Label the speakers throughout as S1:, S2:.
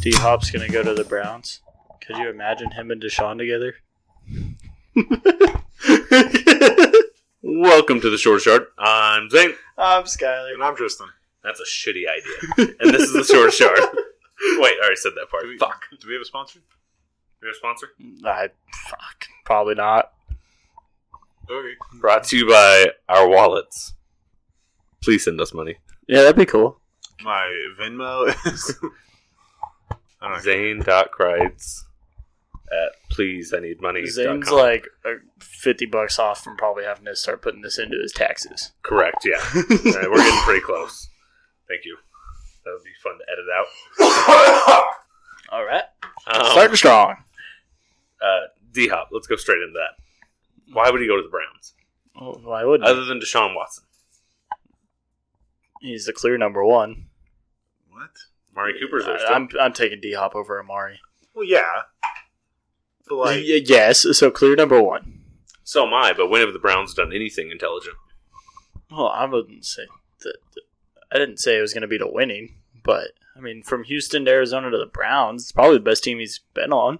S1: D Hop's gonna go to the Browns. Could you imagine him and Deshaun together?
S2: Welcome to the Short Shard. I'm Zane.
S1: I'm Skyler.
S3: And I'm Tristan.
S2: That's a shitty idea. and this is the Short Shard. Wait, I already said that part.
S3: Do we-
S2: Fuck.
S3: Do we have a sponsor?
S2: Your sponsor?
S1: I fuck probably not.
S3: Okay.
S2: Brought to you by our wallets. Please send us money.
S1: Yeah, that'd be cool.
S3: My Venmo is. I don't know.
S2: Zane.crites at please I need money.
S1: Zane's like uh, fifty bucks off from probably having to start putting this into his taxes.
S2: Correct, yeah. All right, we're getting pretty close. Thank you. That would be fun to edit out.
S1: All right,
S2: Um,
S1: starting strong.
S2: uh, D Hop, let's go straight into that. Why would he go to the Browns?
S1: Why wouldn't he?
S2: Other than Deshaun Watson.
S1: he's the clear number one?
S3: What?
S2: Mari Cooper's there
S1: I-
S2: still.
S1: I'm I'm taking D Hop over Amari.
S3: Well, yeah. But, like,
S1: Y- yes, so clear number one.
S2: so am I, but when have the Browns done anything intelligent?
S1: Well, I wouldn't say that. I didn't say it was going to be to winning, but I mean, from Houston to Arizona to the Browns, it's probably the best team he's been on.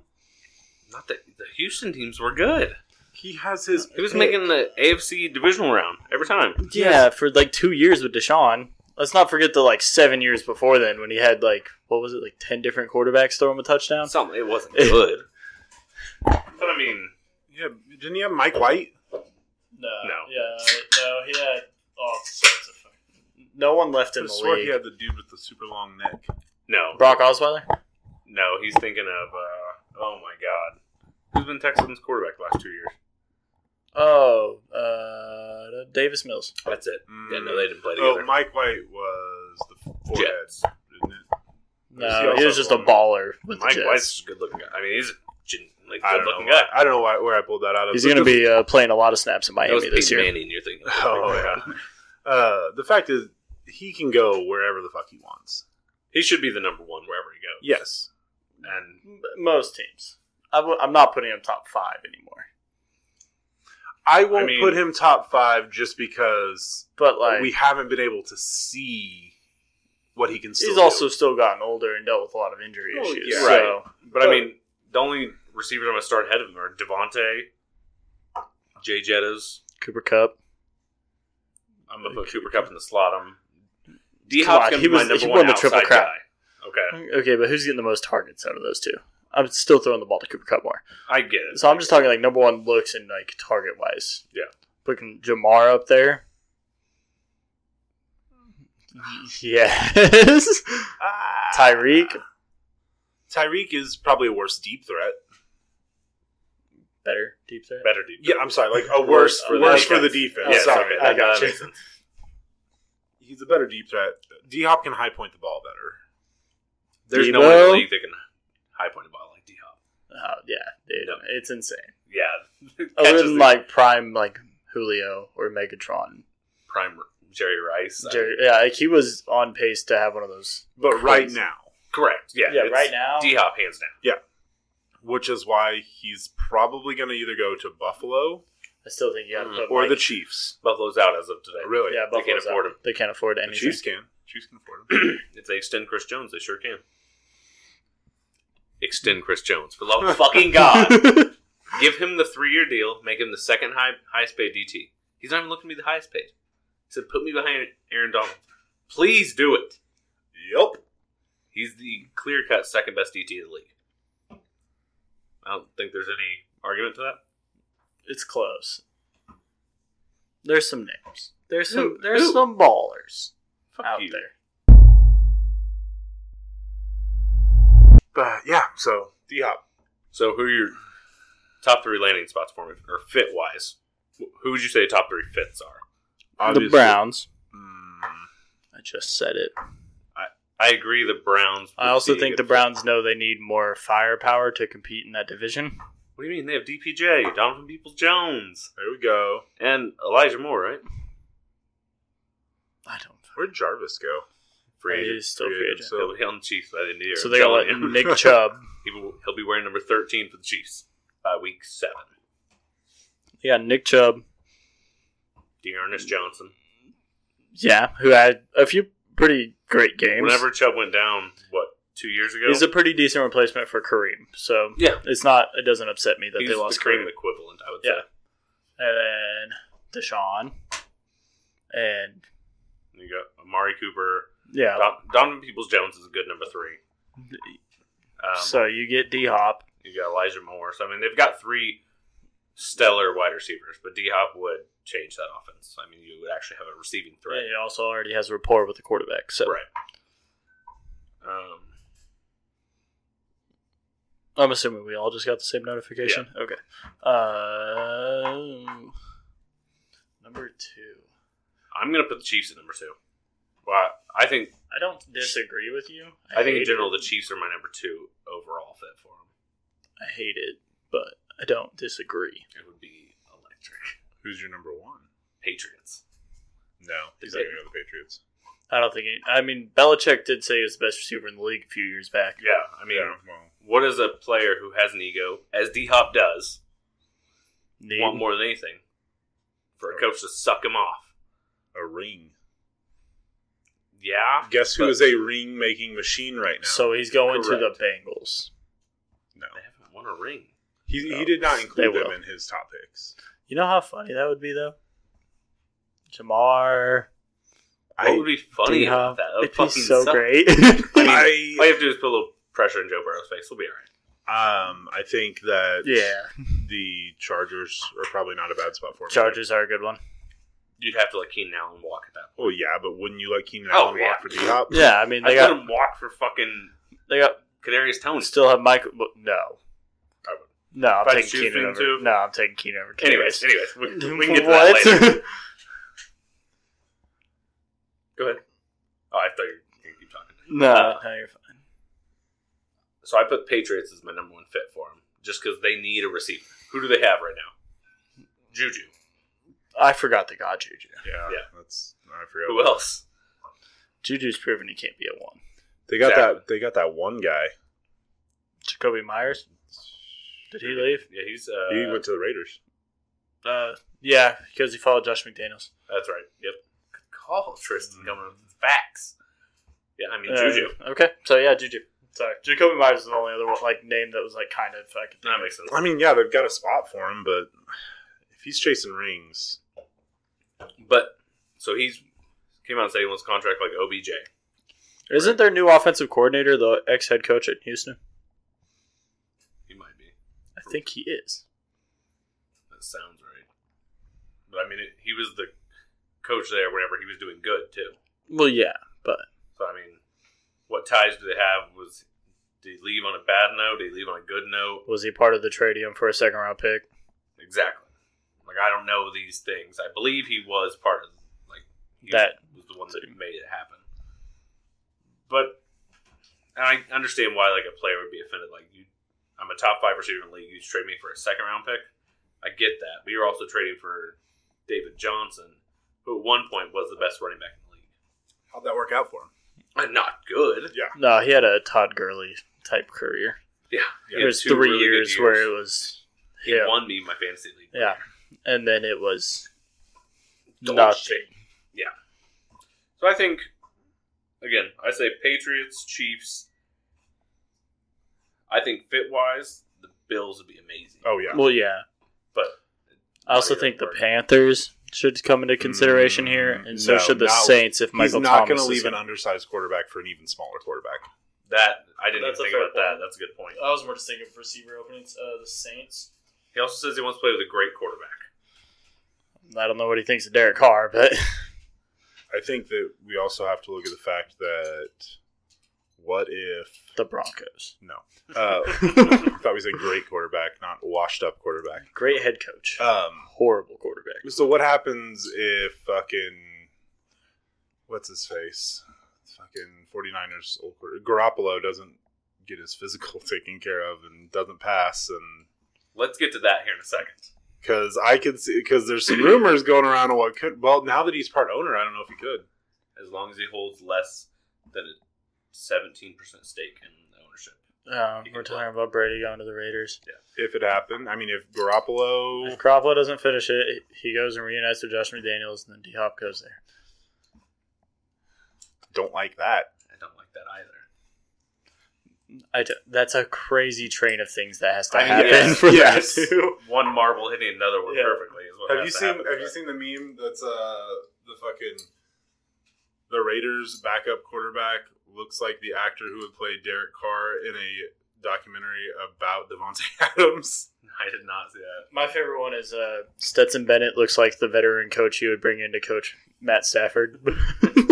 S2: Not that the Houston teams were good.
S3: he has his.
S2: He was making the AFC divisional round every time.
S1: Yeah, for like two years with Deshaun. Let's not forget the like seven years before then when he had like what was it like ten different quarterbacks throw him a touchdown.
S2: Something it wasn't good. but I mean,
S3: Yeah, didn't he have Mike White?
S1: No,
S2: No.
S1: yeah, no, he had oh, all sorts of. No one left in
S3: I
S1: the
S3: swear he
S1: league.
S3: had the dude with the super long neck.
S2: no,
S1: Brock Osweiler.
S2: no. He's thinking of. Uh, oh my God, who's been Texans quarterback the last two years?
S1: Oh, uh, Davis Mills.
S2: That's it.
S3: Mm.
S2: Yeah, no, they didn't play
S3: Oh,
S2: together.
S3: Mike White was the forehead,
S2: Jets.
S3: isn't it?
S1: No,
S3: He
S1: he was
S3: also
S1: just a
S3: won.
S1: baller with the
S2: Mike
S1: Jets.
S2: White's a good-looking guy. I mean, he's a gen- like
S3: I don't
S2: good-looking
S3: know.
S2: guy.
S3: Why, I don't know why, where I pulled that out of.
S1: He's
S3: but
S1: going to
S3: the-
S1: be uh, playing a lot of snaps in
S2: That was
S1: Miami
S2: Pete
S1: this year.
S2: Manning. You're thinking.
S3: Oh yeah. Uh, the fact is, he can go wherever the fuck he wants.
S2: He should be the number one wherever he goes.
S3: Yes.
S2: And
S1: M- Most teams. I w- I'm not putting him top five anymore.
S3: I won't
S2: mean-
S3: put him top five just because
S1: But like,
S3: we haven't been able to see what he can. Still
S1: he's
S3: do.
S1: also still gotten older and dealt with a lot of injury
S3: Oh,
S1: issues.
S3: yeah.
S1: So
S2: but I mean, the only receivers I'm going to start ahead of him are Devontae, Jay Jettas.
S1: Cooper Cup.
S2: I'm going to put Cooper Cup in the slot. I'm D Hop's
S1: on,
S2: going
S1: he
S2: to be my
S1: was-
S2: number
S1: he
S2: one
S1: won the triple
S2: outside
S1: crown.
S2: guy. Okay,
S1: Okay, but who's getting the most targets out of those two? I'm still throwing the ball to Cooper Cup more.
S2: I get it.
S1: So I'm just talking like number one looks and like target wise.
S2: Yeah.
S1: Putting Jamar up there. Yes.
S3: Ah.
S1: Tyreek.
S3: Tyreek is probably a worse deep threat.
S1: Better deep threat.
S2: better dude.
S3: Yeah, I'm sorry, like a
S1: Worse
S3: worse,
S1: for the
S3: worse for the
S1: defense.
S3: defense.
S1: Yeah,
S2: Yes,
S3: sorry,
S2: okay,
S3: I
S2: that-
S3: got
S2: that
S3: you.
S2: makes sense.
S3: He's a better deep threat. D Hop can high point the ball better.
S2: There's no one in the
S1: Debo.
S2: league that can high point a ball like D Hop.
S1: Oh yeah, dude,
S2: No.
S1: it's insane.
S2: Yeah,
S1: Other
S2: Catches
S1: than
S2: the
S1: like prime like Julio or Megatron,
S2: prime Jerry Rice. I
S1: Jerry,
S2: mean,
S1: yeah, like he was on pace to have one of those.
S3: But right
S1: Crazy.
S3: now,
S2: correct. Yeah,
S1: now,
S2: D Hop hands down.
S3: which is why he's probably going to either go to Buffalo
S1: I still think you got to
S2: Mm.
S1: put
S3: or
S1: like-
S3: the Chiefs.
S2: Buffalo's out as of today.
S3: Really,
S1: yeah,
S2: they can't
S1: Buffalo's
S2: afford
S1: out.
S2: him.
S1: They can't afford
S3: the
S1: anything.
S3: Chiefs can. Chiefs can afford him.
S2: If they extend Chris Jones, they sure can. Extend Chris Jones for love of fucking God. Give him the three-year deal. Make him the second high, highest paid DT. He's not even looking to be the highest paid. He said, "Put me behind Aaron Donald. Please do it."
S3: yep.
S2: He's the clear-cut second best DT in the league. I don't think there's any argument to that.
S1: It's close. There's some names. There's some.
S2: Who-
S1: There's
S2: who?
S1: some ballers
S2: Fuck
S1: out
S2: you.
S1: there.
S3: But yeah, so D Hop.
S2: So, who are your top three landing spots for me, or fit-wise? Wh- Who would you say top three fits are?
S1: The Browns.
S3: Mm,
S1: I just said it.
S2: I agree. The Browns. would
S1: I also
S2: be a
S1: think
S2: good
S1: the Browns know they need more firepower to compete in that division.
S2: What do you mean? They have DPJ, Donovan Peoples Jones,
S3: there we go.
S2: and Elijah Moore, right?
S1: I don't.
S3: Where'd Jarvis go?
S2: Free agent.
S1: He's still
S3: free
S1: free
S3: agent,
S1: agent.
S3: so-
S2: He'll be on the Chiefs by the end of the year.
S1: So
S2: I'm
S1: they got
S2: telling
S1: like
S2: you.
S1: Nick Chubb.
S2: He will, he'll be wearing number 13 for the Chiefs by week seven.
S1: They got Nick Chubb.
S2: Dearness Johnson.
S1: Yeah, who had a few pretty great games.
S2: Whenever Chubb went down, what, two years ago.
S1: He's a pretty decent replacement for Kareem, so
S2: yeah,
S1: it's not. It doesn't upset me that
S2: he's
S1: they lost
S2: the Kareem
S1: Kareem.
S2: equivalent. I would
S1: Yeah.
S2: say.
S1: and then Deshaun, and
S2: You got Amari Cooper.
S1: yeah,
S2: Don, Donovan Peoples Jones is a good number three. Um,
S1: so you get D Hop.
S2: you got Elijah Moore. So I mean, they've got three stellar wide receivers, but D Hop would change that offense. I mean, you would actually have a receiving threat.
S1: He also already has rapport with the quarterback, so
S2: Right. Um,
S1: I'm assuming we all just got the same notification. Okay. Uh, number two.
S2: I'm going to put the Chiefs at number two. Well, I think
S1: I don't disagree with you.
S2: I think in
S1: hate
S2: general
S1: it.
S2: the Chiefs are my number two overall fit for them.
S1: I hate it, but I don't disagree.
S2: It would be electric.
S3: Who's your number one?
S2: Patriots.
S3: No, he's not going to go the Patriots.
S1: I don't think. It, I mean, Belichick did say he was the best receiver in the league a few years back.
S2: Yeah, I mean,
S3: Yeah, well,
S2: what does a player who has an ego, as D Hop does,
S1: Need-
S2: want more than anything? For a coach to suck him off.
S3: a ring.
S2: Yeah,
S3: Guess who
S2: But-
S3: is a ring making machine right now?
S1: So he's going to
S3: Correct.
S1: the Bengals.
S3: no,
S2: they haven't won a ring.
S3: he, he did not include
S1: They
S3: them
S1: will.
S3: in his top picks.
S1: You know how funny that would be, though. Jamar.
S2: What
S3: I,
S2: would be funny
S1: D-Hop.
S2: about that? That would
S1: It'd be
S2: fucking
S1: so
S2: suck.
S1: great.
S3: I,
S2: All you have to do is put a little pressure in Joe Burrow's face. We'll be all right.
S3: um, I think that
S1: yeah,
S3: the Chargers are probably not a bad spot for him.
S1: Chargers are a good one.
S2: You'd have to let Keenan Allen walk at that.
S3: Well, yeah, but wouldn't you like Keenan
S2: Oh,
S3: Allen
S2: yeah.
S3: walk for D Hop?
S1: Yeah, I mean
S2: I
S1: they
S2: let
S1: got
S2: him walk for fucking
S1: they got
S2: Kadarius Tony.
S1: still have Michael. But no,
S2: I would.
S1: no, I'm
S2: If I
S1: taking
S2: choose
S1: Keenan
S2: between
S1: over.
S2: two-
S1: No, I'm taking Keenan over.
S2: Anyways,
S1: Kadarius.
S2: anyways, we, we can get to that
S1: What?
S2: later. Go ahead. Oh, I thought you were going to keep talking.
S1: no,
S2: Uh,
S1: no, you're fine.
S2: So I put Patriots as my number one fit for them, just because they need a receiver. Who do they have right now? Juju.
S1: I forgot they got Juju.
S3: Yeah,
S2: Yeah.
S3: that's I forgot.
S2: Who else?
S1: Juju's proven he can't be a one.
S3: They got
S2: Exactly.
S3: that. They got that one guy.
S1: Jacoby Myers. Did he leave?
S2: Yeah, he's. Uh,
S3: he went to the Raiders.
S1: Uh, yeah, because he followed Josh McDaniels.
S2: that's right. Yep. Good call, Tristan,
S1: Mm.
S2: coming up with the facts. Yeah, I mean
S1: Uh,
S2: Juju.
S1: Okay, so yeah, Juju. Sorry, Jacoby Myers is the only other one, like name that was like kind of. I could think
S2: That
S1: of.
S2: makes sense.
S3: I mean, yeah, they've got a spot for him, but if he's chasing rings,
S2: But so he's came out and said he wants a contract like OBJ.
S1: Isn't their new offensive coordinator the ex head coach at Houston?
S2: He might be.
S1: I think he is.
S2: That sounds right. But I mean, it, he was the coach there whenever he was doing good too.
S1: Well, yeah, but
S2: So I mean, what ties do they have? Was did he leave on a bad note? Did he leave on a good note?
S1: was he part of the tradium for a second round pick?
S2: Exactly. Like I don't know these things. I believe he was part of like he
S1: That-
S2: was the one that made it happen. But and I understand why like a player would be offended. Like you, I'm a top five receiver in the league. You trade me for a second round pick. I get that. But you're also trading for David Johnson, who at one point was the best running back in the league.
S3: how'd that work out for him?
S2: And not good.
S1: No, he had a Todd Gurley type career.
S2: Yeah, he had
S1: There's
S2: two
S1: three
S2: really good
S1: years, where it was
S2: he
S1: yeah,
S2: won me my fantasy league.
S1: yeah, and then it was
S2: Dog
S1: nothing.
S2: shit. So I think, again, I say Patriots, Chiefs. I think fit wise, the Bills would be amazing.
S3: Oh yeah,
S1: Well, yeah,
S2: But
S1: I also
S2: Not
S1: think the
S2: even worth it.
S1: Panthers should come into consideration
S3: Mm,
S1: here, and so
S3: no,
S1: should the
S3: not-
S1: Saints if Michael
S3: he's not going
S1: Thomas
S3: to
S1: is
S3: leave
S1: in.
S3: an undersized quarterback for an even smaller quarterback.
S2: that I didn't
S1: That's a
S2: even think
S1: fair
S2: about that.
S1: point.
S2: That's a good point.
S1: I was more just thinking of receiver openings. Uh, the Saints.
S2: He also says he wants to play with a great quarterback.
S1: I don't know what he thinks of Derek Carr, but
S3: I think that we also have to look at the fact that what if
S1: the Broncos.
S3: no, uh, I thought we said great quarterback, not washed up quarterback.
S1: Great head coach.
S3: Um,
S1: Horrible quarterback.
S3: so what happens if fucking what's his face, fucking 49ers old quarter Garoppolo doesn't get his physical taken care of and doesn't pass and
S2: Let's get to that here in a second.
S3: Because I could see, because there's some rumors going around on what could. Well, now that he's part owner, I don't know if he could.
S2: As long as he holds less than a seventeen percent stake in the ownership.
S1: Uh, we're talking about Brady going to the Raiders.
S3: If it happened, I mean, if Garoppolo,
S1: If Garoppolo doesn't finish it, he goes and reunites with Josh McDaniels, and then D Hop goes there.
S3: don't like that.
S2: I don't like that either.
S1: I d- that's a crazy train of things that has to
S3: I mean,
S1: happen
S2: yes,
S1: for
S3: yes.
S1: that too.
S2: One marble hitting another one
S1: Yeah.
S2: perfectly is what
S3: Have
S2: has
S3: you
S2: to
S3: seen
S2: happen.
S3: Have you seen the meme that's uh the fucking the Raiders backup quarterback looks like the actor who would play Derek Carr in a documentary about Devontae Adams.
S2: I did not see that.
S1: My favorite one is uh, Stetson Bennett looks like the veteran coach you would bring in to coach Matt Stafford,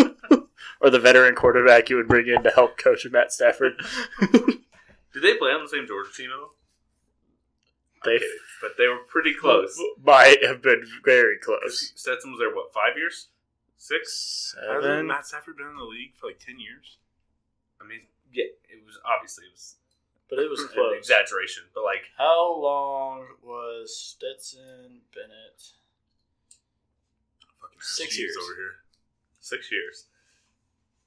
S1: or the veteran quarterback you would bring in to help coach Matt Stafford.
S2: Did they play on the same Georgia team at all?
S1: They
S2: Okay, but they were pretty close.
S1: might have been very close.
S2: Stetson was there what five years, six?
S3: Hasn't
S1: Seven.
S3: Matt Stafford been in the league for like ten years?
S2: I mean, yeah, it was obviously it was,
S1: But it was
S2: an
S1: close.
S2: exaggeration, but like
S1: How long was Stetson Bennett?
S3: Fucking
S1: Six
S3: Chiefs
S1: years.
S3: over here.
S2: six years,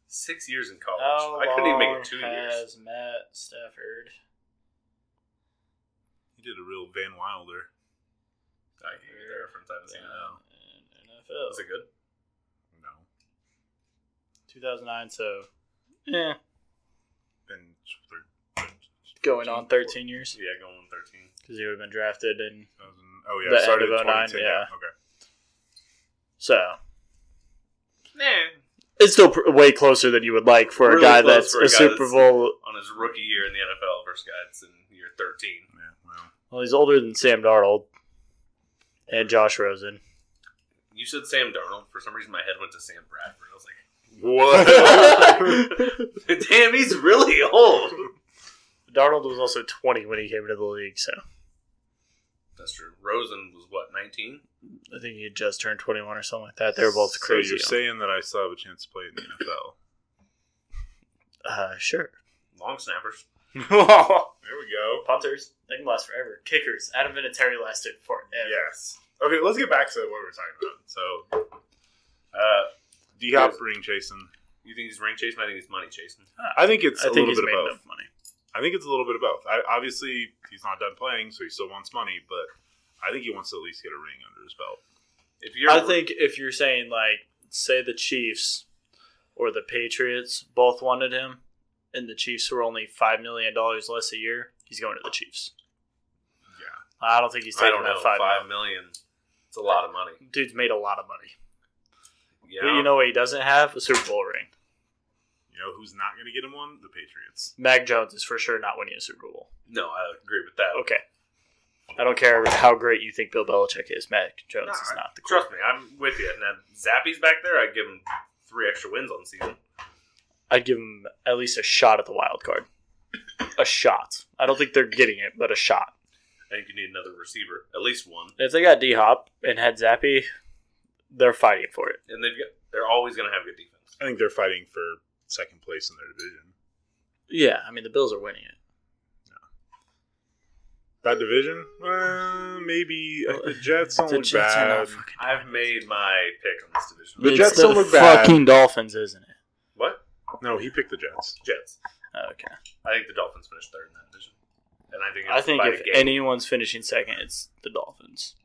S2: six years in college.
S1: How
S2: I couldn't even make it two
S1: long
S2: years.
S1: has Matt Stafford?
S3: He did a real Van Wilder.
S2: I can't get the reference. I haven't
S1: been
S2: seen it. at all.
S1: in NFL?
S2: Is it good?
S3: No,
S1: 2009, so yeah,
S3: been
S1: going on 13 years
S2: Yeah, going on thirteen.
S1: because he would have been drafted, and
S3: 2000 Oh
S1: The
S3: yeah,
S1: end
S3: started
S1: of 09,
S3: in 2010.
S1: yeah.
S3: Okay.
S1: so
S2: Nah.
S1: it's still pr- way closer than you would like for
S2: Really
S1: a guy that's
S2: close
S1: a,
S2: for a guy
S1: Super
S2: that's-
S1: Bowl.
S2: On his rookie year in the NFL versus guys in year thirteen.
S3: Yeah. Well,
S1: Well, he's older than Sam Darnold and Josh Rosen.
S2: You said Sam Darnold. For some reason, my head went to Sam Bradford. I was
S3: what?
S2: like, damn, he's really old.
S1: Darnold was also 20 when he came into the league, so
S2: That's true. Rosen was what nineteen.
S1: I think he had just turned 21 or something like that. They were both
S3: So
S1: crazy.
S3: you're saying that I still have a chance to play in the NFL?
S1: uh, sure.
S2: Long snappers.
S3: There we go.
S1: Punters, they can last forever. Kickers, Adam Vinatieri lasted forever.
S3: Yes. Okay, let's get back to what we were talking about. So,
S2: Uh,
S3: D Hop ring chasing.
S2: you think he's ring chasing? I think he's money chasing.
S3: I think it's
S1: Uh, I
S3: a
S1: think
S3: little
S1: he's
S3: bit of
S1: made
S3: both.
S1: enough money.
S3: I think it's a little bit of both. I, obviously, he's not done playing, so he still wants money, but I think he wants to at least get a ring under his belt.
S2: If you're,
S1: I think if you're saying like, say the Chiefs or the Patriots both wanted him, and the Chiefs were only five million dollars less a year, he's going to the Chiefs.
S3: Yeah.
S1: I don't think he's
S2: I
S1: taking
S2: don't know,
S1: that five.
S2: five
S1: mil.
S2: million. It's a lot of money.
S1: Dude's made a lot of money.
S2: Yeah,
S1: But you know what he doesn't have? A Super Bowl ring.
S3: You know who's not going to get him one? The Patriots.
S1: Mac Jones is for sure not winning a Super Bowl.
S2: no, I agree with that.
S1: Okay. I don't care how great you think Bill Belichick is. Mac Jones
S2: Nah,
S1: is not the
S2: Trust me, I'm with you. Now Zappy's back there. I'd give him three extra wins on the season.
S1: I'd give him at least a shot at the wild card. A shot. I don't think they're getting it, but a shot.
S2: I think you need another receiver, at least one.
S1: If they got D Hop and had Zappy, they're fighting for it.
S2: And they've got, they're always going to have good defense.
S3: I think they're fighting for second place in their division.
S1: Yeah, I mean the Bills are winning it.
S3: That division? Uh, maybe. Like, the Jets don't
S1: the
S3: look
S1: Jets are
S3: bad.
S1: not fucking.
S2: I've made my pick on this division.
S3: The
S1: it's
S3: Jets
S1: the
S3: don't look bad.
S1: Fucking Dolphins, isn't it? Oh,
S2: What
S3: No, he picked the Jets.
S2: Jets?
S1: Okay.
S2: I think the Dolphins finished third in that division, and I think it's
S1: I think
S2: by
S1: if
S2: the game.
S1: anyone's finishing second, it's the Dolphins.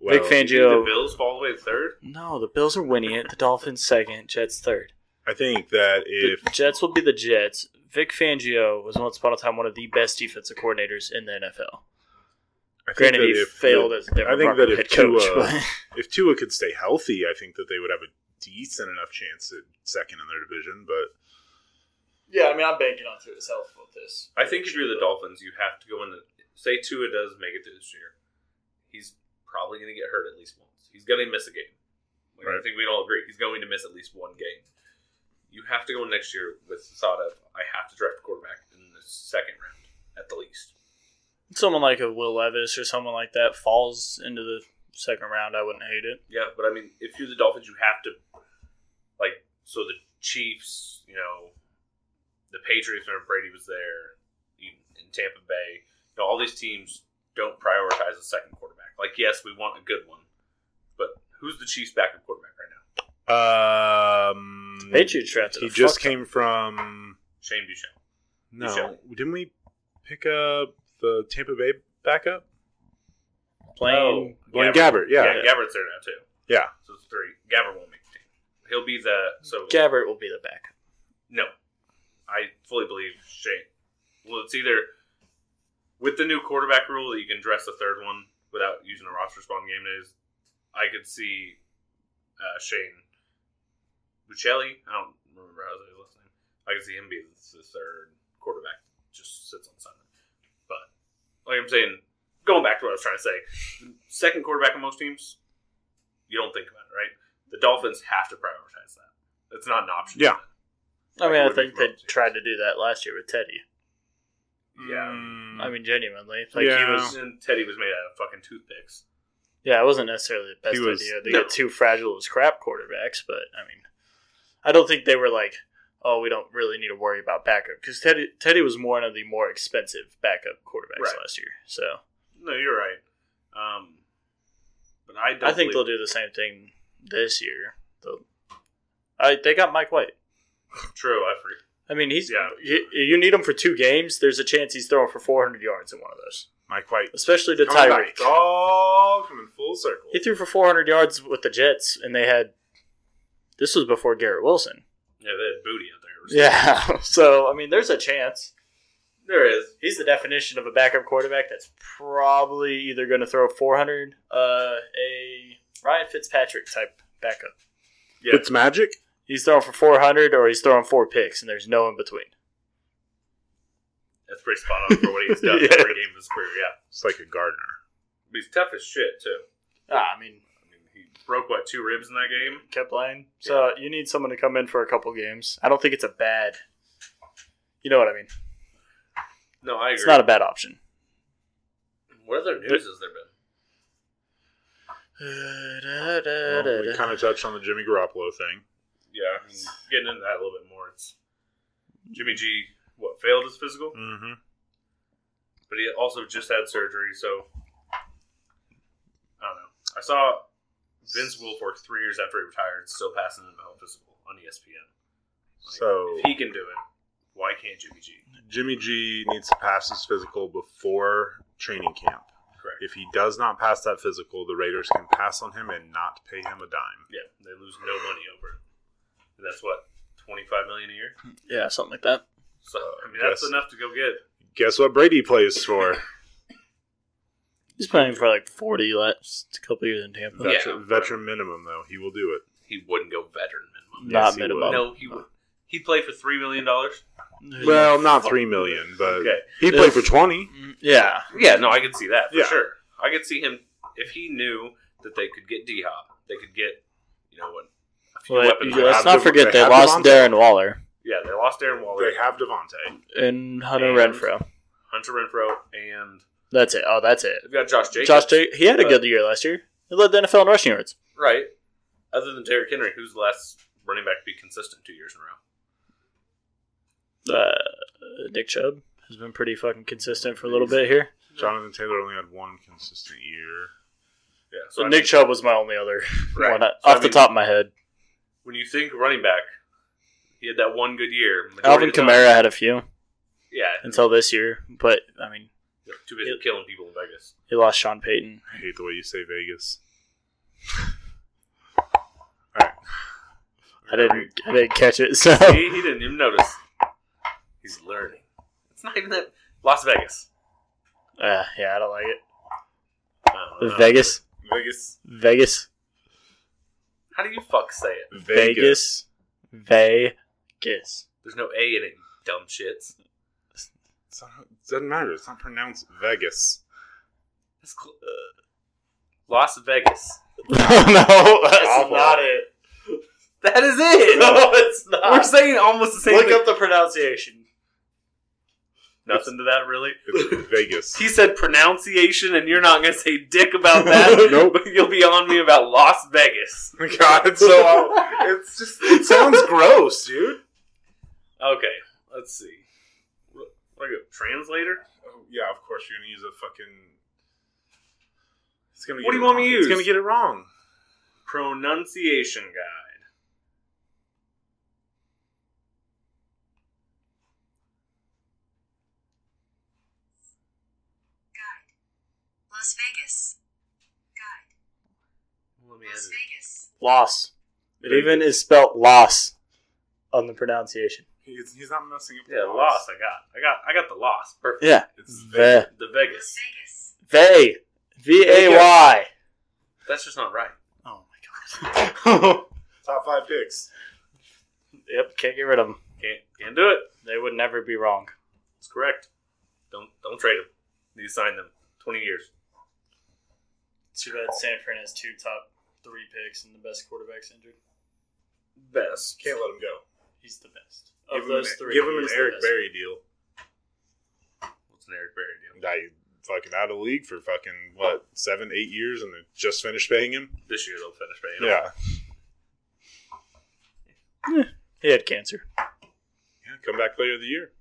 S3: Well,
S1: Big fan,
S2: Do you think
S1: Joe.
S2: the Bills fall all the way to third.
S1: No, the Bills are winning it. The Dolphins second, Jets third.
S3: I think that
S1: The
S3: if
S1: Jets will be the Jets. Vic Fangio was once upon a time one of the best defensive coordinators in the NFL.
S3: I think
S1: Granted,
S3: that
S1: he
S3: if
S1: failed
S3: the-
S1: as a different
S3: I think that if
S1: head coach.
S3: Tua-
S1: but-
S3: if Tua could stay healthy, I think that they would have a decent enough chance at second in their division. But
S1: yeah, I mean, I'm banking on Tua's health with this.
S2: I think if you're the Dolphins, you have to go in. The, say Tua does make it through this year, he's probably going to get hurt at least once. He's going to miss a game. Like, I
S3: Right.
S2: think we'd all agree he's going to miss at least one game. You have to go in next year with the thought of I have to draft a quarterback in the second round at the least.
S1: Someone like a Will Levis or someone like that falls into the second round. I wouldn't hate it.
S2: Yeah, but I mean, if you're the Dolphins, you have to like so the Chiefs, you know, the Patriots when Brady was there, even in Tampa Bay, you know, all these teams don't prioritize a second quarterback. Like, yes, we want a good one, but who's the Chiefs' backup quarterback right now?
S3: um,
S1: Patriots drafted.
S3: he
S1: a
S3: just
S1: fuck
S3: came from
S2: Shane Duchel.
S3: no,
S2: Michelle.
S3: didn't we pick up the Tampa Bay backup?
S1: ton. playing.
S3: Oh, Blaine
S2: Gabbert.
S3: Gabbert, yeah.
S2: yeah, Gabbert's there now too.
S3: Yeah.
S2: so it's three. Gabbert won't make the team. He'll be the so
S1: Gabbert will be the back.
S2: no. I fully believe Shane Well, it's either with the new quarterback rule that you can dress the third one without using a roster spawn game days. I could see uh, Shane Buccelli. I don't remember how his last name. I could see him be the third quarterback. Just sits on Sunday. But like I'm saying, going back to what I was trying to say, second quarterback on most teams, you don't think about it, right? The Dolphins have to prioritize that. It's not an option.
S3: Yeah.
S1: I mean, I
S2: Like,
S1: think
S2: what do you
S1: they
S2: promote?
S1: tried to do that last year with Teddy.
S2: Yeah.
S3: Mm,
S1: I mean, genuinely, like he
S3: Yeah.
S1: was.
S2: And Teddy was made out of fucking toothpicks.
S1: Yeah, it wasn't necessarily the best
S3: He was-
S1: idea. They
S2: no.
S1: got two fragile as crap quarterbacks, but I mean, I don't think they were like, oh, we don't really need to worry about backup because Teddy Teddy was one of the more expensive backup quarterbacks
S2: Right.
S1: last year. So
S2: No, you're right. Um, but I don't
S1: I think they'll do the same thing this year. They'll, I they got Mike White.
S2: they'll true. I forget.
S1: I mean, he's
S2: Yeah.
S1: you, you need him for two games. There's a chance he's throwing for 400 yards in one of those,
S3: Mike White.
S1: especially to
S3: Coming back.
S1: Tyreek.
S3: All coming full circle.
S1: He threw for 400 yards with the Jets, and they had. This was before Garrett Wilson.
S2: Yeah, they had booty out there. or something.
S1: Yeah. So, I mean, there's a chance.
S2: there is.
S1: He's the definition of a backup quarterback that's probably either going to throw 400, uh, a Ryan Fitzpatrick type backup.
S2: Yeah,
S3: It's magic.
S1: He's throwing for 400 or he's throwing four picks, and there's no in between.
S2: that's pretty spot on for what he's done
S1: Yeah.
S2: every game of his career. Yeah,
S3: It's like a gardener.
S2: but he's tough as shit too.
S1: Ah, I mean,
S2: I mean, he broke what two ribs in that game.
S1: kept lying. So, you need someone to come in for a couple games. I don't think it's a bad. You know what I mean?
S2: No, I agree.
S1: It's not a bad option.
S2: what other news has there been?
S3: Well, we kind of touched on the Jimmy Garoppolo thing.
S2: Yeah, I mean, getting into that a little bit more. It's Jimmy G. What failed his physical,
S3: Mm-hmm.
S2: but he also just had surgery. So I don't know. I saw Vince Wilfork three years after he retired, still passing about physical on E ESPN. Like,
S3: So
S2: if he can do it, why can't Jimmy G?
S3: Jimmy G needs to pass his physical before training camp.
S2: Correct.
S3: If he does not pass that physical, the Raiders can pass on him and not pay him a dime.
S2: Yeah, they lose no money over it. And that's what twenty five million a year.
S1: Yeah, something like that.
S2: So I mean,
S3: Yes.
S2: that's enough to go get.
S3: Guess what Brady plays for?
S1: He's playing for like 40 laps. It's a couple years in Tampa.
S2: Yeah.
S3: veteran, veteran minimum, though. He will do it.
S2: He wouldn't go veteran minimum.
S1: Not
S3: Yes, he
S1: minimum.
S3: would.
S2: No, he would. He played for three million dollars.
S3: Well, not three million, but
S2: Okay.
S3: he played for twenty.
S1: Mm, yeah.
S2: Yeah, no, I could see that for
S3: Yeah.
S2: sure. I could see him if he knew that they could get D Hop, they could get you know what. a few
S1: Well,
S2: weapons.
S3: you-
S1: let's
S3: have
S1: not
S3: Dev-
S1: forget
S3: they
S1: they
S3: have
S1: lost
S3: Devontae.
S1: Darren Waller
S2: Yeah, they lost Darren Waller,
S3: They have Devontae.
S1: and Hunter
S2: And-
S1: Renfro.
S2: Hunter Renfro, and
S1: That's it. Oh, that's it.
S2: they've got Josh Jacobs.
S1: Josh, Jacobs, he had a
S3: Uh,
S2: but-
S1: good year last year. He led the NFL in rushing yards.
S2: right? Other than Derrick Henry, who's the last running back to be consistent two years in a row?
S1: Uh, Nick Chubb has been pretty fucking consistent for a little bit here.
S3: Jonathan Taylor only had one consistent year.
S2: Yeah,
S1: So
S2: I
S1: Nick
S2: mean-
S1: Chubb was my only other
S2: Right.
S1: one uh,
S2: So, I
S1: off the
S2: mean,
S1: top of my head.
S2: When you think running back, he had that one good year. Majority
S1: Alvin
S2: of the time-
S1: Kamara had a few
S2: Yeah,
S1: until this year, but I mean,
S2: they're too busy killing people in Vegas.
S1: he lost Sean Payton.
S3: I hate the way you say Vegas.
S1: I didn't, I didn't catch it. So
S2: He, he didn't even notice. He's learning. It's not even that. Las Vegas.
S1: uh, yeah, I don't like it.
S2: I
S1: Uh,
S2: don't know.
S1: Vegas,
S3: Vegas.
S1: Vegas.
S2: How do you fuck say it?
S1: Vegas. Vegas.
S2: There's no A in it, you dumb shits.
S3: It's not- It doesn't matter. It's not pronounced Vegas.
S2: That's cl- uh, Las Vegas.
S1: no, that's
S3: Awful.
S1: not it.
S2: That is it.
S1: No, it's not.
S2: We're saying almost the same
S1: Look
S2: thing.
S1: up the pronunciation.
S2: Nothing to that, really.
S3: It's Vegas.
S2: He said pronunciation, and you're not going to say dick about that.
S3: Nope.
S2: But you'll be on me about Las Vegas.
S3: God, it's so it's just it sounds gross, dude.
S2: Okay, let's see. What what do I go? Translator?
S3: Oh, yeah, of course you're gonna use a fucking. It's gonna.
S2: What
S3: get
S2: do
S3: it
S2: you want me
S3: wrong.
S2: to
S3: It's
S2: use?
S3: gonna get it wrong.
S2: Pronunciation guide.
S4: Guide. Las Vegas. Guide.
S2: Let me
S4: Las
S2: edit.
S4: Vegas.
S1: Loss. It even is spelt loss on the pronunciation.
S3: He He's, he's not messing up. the
S2: Yeah, loss. I got. I got. I got the loss. Perfect.
S1: Yeah.
S3: It's
S1: Ve-
S2: The
S4: Las
S2: Vegas.
S4: Vegas.
S1: Vay. V A Y.
S2: That's just not right.
S1: Oh my god.
S3: top five picks.
S1: yep, can't get rid of them.
S2: Can't. Can't do it.
S1: They would never be wrong.
S2: It's correct. Don't. Don't trade them. You sign them. Twenty years.
S1: Too bad Sanford has two top three picks and the best quarterback's injured.
S2: Best.
S3: Can't let him go.
S1: He's the best
S3: Give him, an- give him an Eric Berry deal.
S2: What's an Eric Berry deal?
S3: Guy fucking out of the league for fucking what seven, eight years, and they just finished paying him.
S2: This year they'll finish paying. him.
S3: Yeah,
S1: He had cancer.
S3: yeah. Come back player of the year.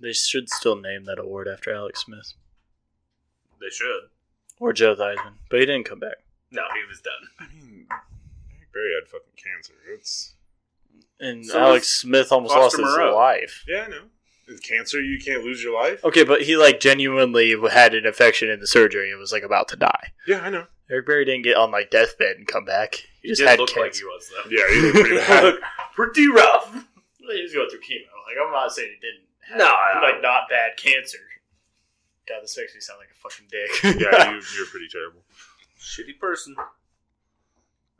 S1: They should still name that award after Alex Smith
S2: They should.
S1: or Joe Theismann, but he didn't come back.
S2: No, he was done.
S3: I mean, Eric Berry had fucking cancer. It's
S1: And
S2: So
S1: Alex Smith almost
S2: Foster
S1: lost his
S2: Moreau.
S1: life.
S3: yeah, I know. Is cancer, you can't lose your life.
S2: Oh.
S1: Okay, but he like genuinely had an infection in the surgery and was like about to die.
S3: Yeah, I know.
S1: Eric Berry didn't get on like deathbed and come back. He
S2: He
S1: just
S2: did
S1: had
S2: look
S1: cancer.
S2: like he was though.
S3: Yeah, he did pretty bad.
S2: Look pretty rough.
S1: Well, he was going through chemo. Like I'm not saying he didn't.
S2: No, I-
S1: like not bad cancer. God, this makes me sound like a fucking dick.
S3: yeah, you, you're pretty terrible.
S2: Shitty person.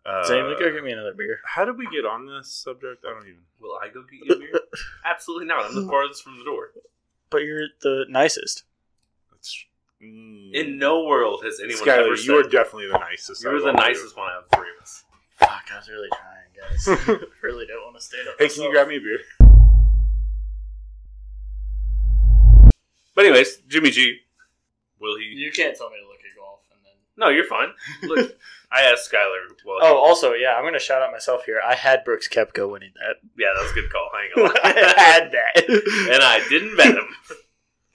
S3: Uh,
S1: Sam, go get me another beer.
S3: how did we get on this subject? I don't even.
S2: Will I go get you a beer? Absolutely not. I'm the farthest from the door.
S1: But you're the nicest.
S3: That's, mm,
S2: In no world has anyone
S3: Skylar,
S2: ever
S3: you
S2: said
S3: are definitely the nicest.
S2: you
S3: out
S2: were
S3: of
S2: the
S3: all of you.
S2: nicest one out of the three of us.
S1: Fuck, I was really trying, guys. I really don't want to stand up.
S3: Hey, can you grab me a beer?
S2: But anyways, Jimmy G. Will he?
S1: You can't tell me to look at golf and then.
S2: No, you're fine. Look, I asked Skylar. Well,
S1: Oh, also, yeah, I'm gonna shout out myself here. I had Brooks Kepka winning that.
S2: yeah, that was a good call. Hang on.
S1: I had that.
S2: and I didn't bet him.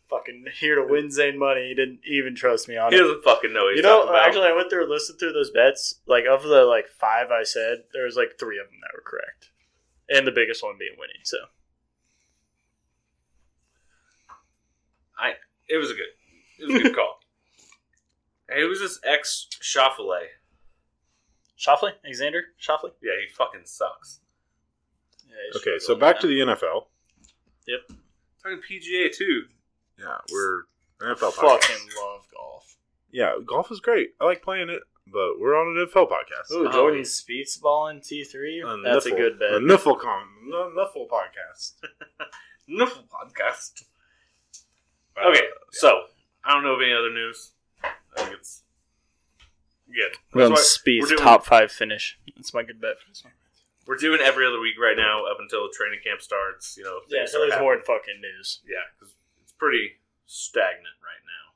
S1: fucking here to win Zane money. He didn't even trust me on
S2: He
S1: it.
S2: doesn't fucking know. What he's
S1: You know,
S2: talking about.
S1: actually, I went through and listened through those bets. Like of the like five I said, there was like three of them that were correct, and the biggest one being winning. So
S2: it was a good, it was a good call. Hey, who's this ex Shafale?
S1: Shoffley, Alexander Shoffley.
S2: Yeah, he fucking sucks.
S1: Yeah,
S3: Okay, so back to the NFL.
S2: Talking PGA too.
S3: Yeah, we're NFL. podcast.
S1: fucking love golf.
S3: Yeah, golf is great. I like playing it, but we're on an NFL podcast.
S1: Ooh,
S2: Oh,
S1: Jordan
S2: yeah.
S1: Spieth's ball in T three.
S3: A
S1: That's a
S3: Niffle-
S1: good bet.
S3: A Niffle con, n- Niffle podcast.
S2: Nuffle podcast.
S3: Uh,
S2: Okay, so I don't know of any other news. I think it's good.
S1: We're on
S2: That's why
S1: Spieth's
S2: we're doing-
S1: top five finish. That's my good bet for this one.
S2: We're doing every other week right now up until training camp starts. You know,
S1: Yeah,
S2: things
S1: so
S2: start
S1: there's
S2: happening.
S1: more in fucking news.
S2: Yeah, because it's pretty stagnant right now.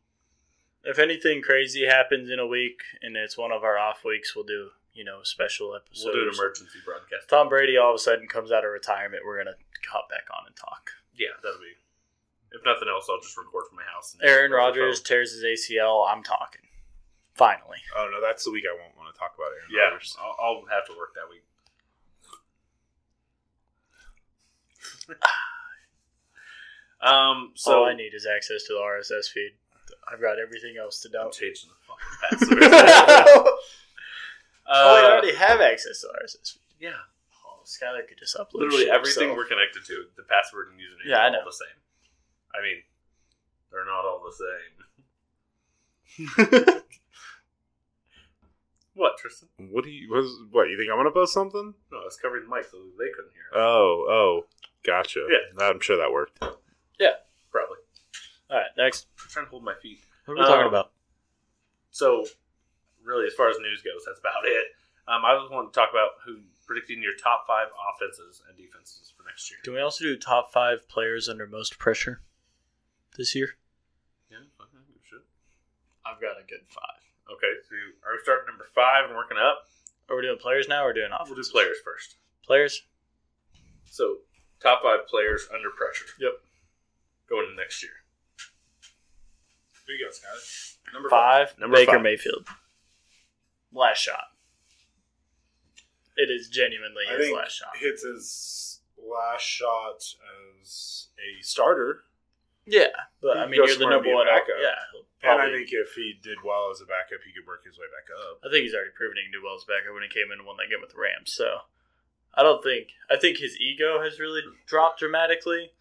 S1: If anything crazy happens in a week and it's one of our off weeks, we'll do you know a special episode.
S2: we'll do
S1: or
S2: an
S1: something.
S2: emergency broadcast.
S1: Tom Brady all of a sudden comes out of retirement, we're gonna hop back on and talk.
S2: Yeah, that'll be. If nothing else, I'll just record from my house. and-
S1: Aaron Rodgers tears his ACL. I'm talking. Finally,
S3: Oh no, that's the week I won't want to talk about Aaron
S2: Yeah,
S3: Rodgers.
S2: I'll, I'll have to work that week. um.
S1: so,
S2: So
S1: all I need is access to the RSS feed. I've got everything else to
S2: I'm
S1: doubt.
S2: changing the
S1: oh,
S2: fucking password.
S1: I
S2: Uh,
S1: already have access to the RSS feed.
S2: yeah,
S1: Oh, Skylar could just upload
S2: literally
S1: shit,
S2: everything
S1: so-
S2: we're connected to, the password and username,
S1: Yeah,
S2: are
S1: I
S2: all
S1: know.
S2: the same. I mean, they're not all the same. What, Tristan?
S3: What do you? What, is, what you think I'm gonna post something?
S2: No, I was covering the mic, so they couldn't hear.
S1: Uh,
S2: us.
S3: Oh, oh, gotcha.
S2: Yeah.
S3: I'm sure that worked.
S2: Probably.
S1: all right, next. Um,
S2: I'm trying to hold my feet.
S1: What
S2: are we talking
S1: about?
S2: So, really, as far as news goes, that's about it. Um, I just wanted to talk about who predicting your top five offenses and defenses for next year.
S1: Can we also do top five players under most pressure this year?
S2: Yeah, okay, we should.
S1: I've got a good five.
S2: Okay, so are we starting number five and working up?
S1: Are we doing players now or doing off?
S2: We'll do players first.
S1: Players?
S2: So, top five players under pressure.
S1: Yep.
S2: Going to next year. Here you go, Skyler. Number
S1: Five.
S2: Number
S1: Baker
S2: five.
S1: Mayfield. Last shot. It is genuinely his last shot.
S3: hits his last shot as a starter,
S1: Yeah, but I
S3: He's
S1: mean, you're
S3: just
S1: the
S3: gonna be
S1: number
S3: a
S1: one.
S3: backup.
S1: Yeah, he'll
S3: and
S1: probably-
S3: I think if he did well as a backup, he could work his way back up.
S1: I think he's already proven he can do well as a backup when he came in and won that game with the Rams. So I don't think. I think his ego has really dropped dramatically,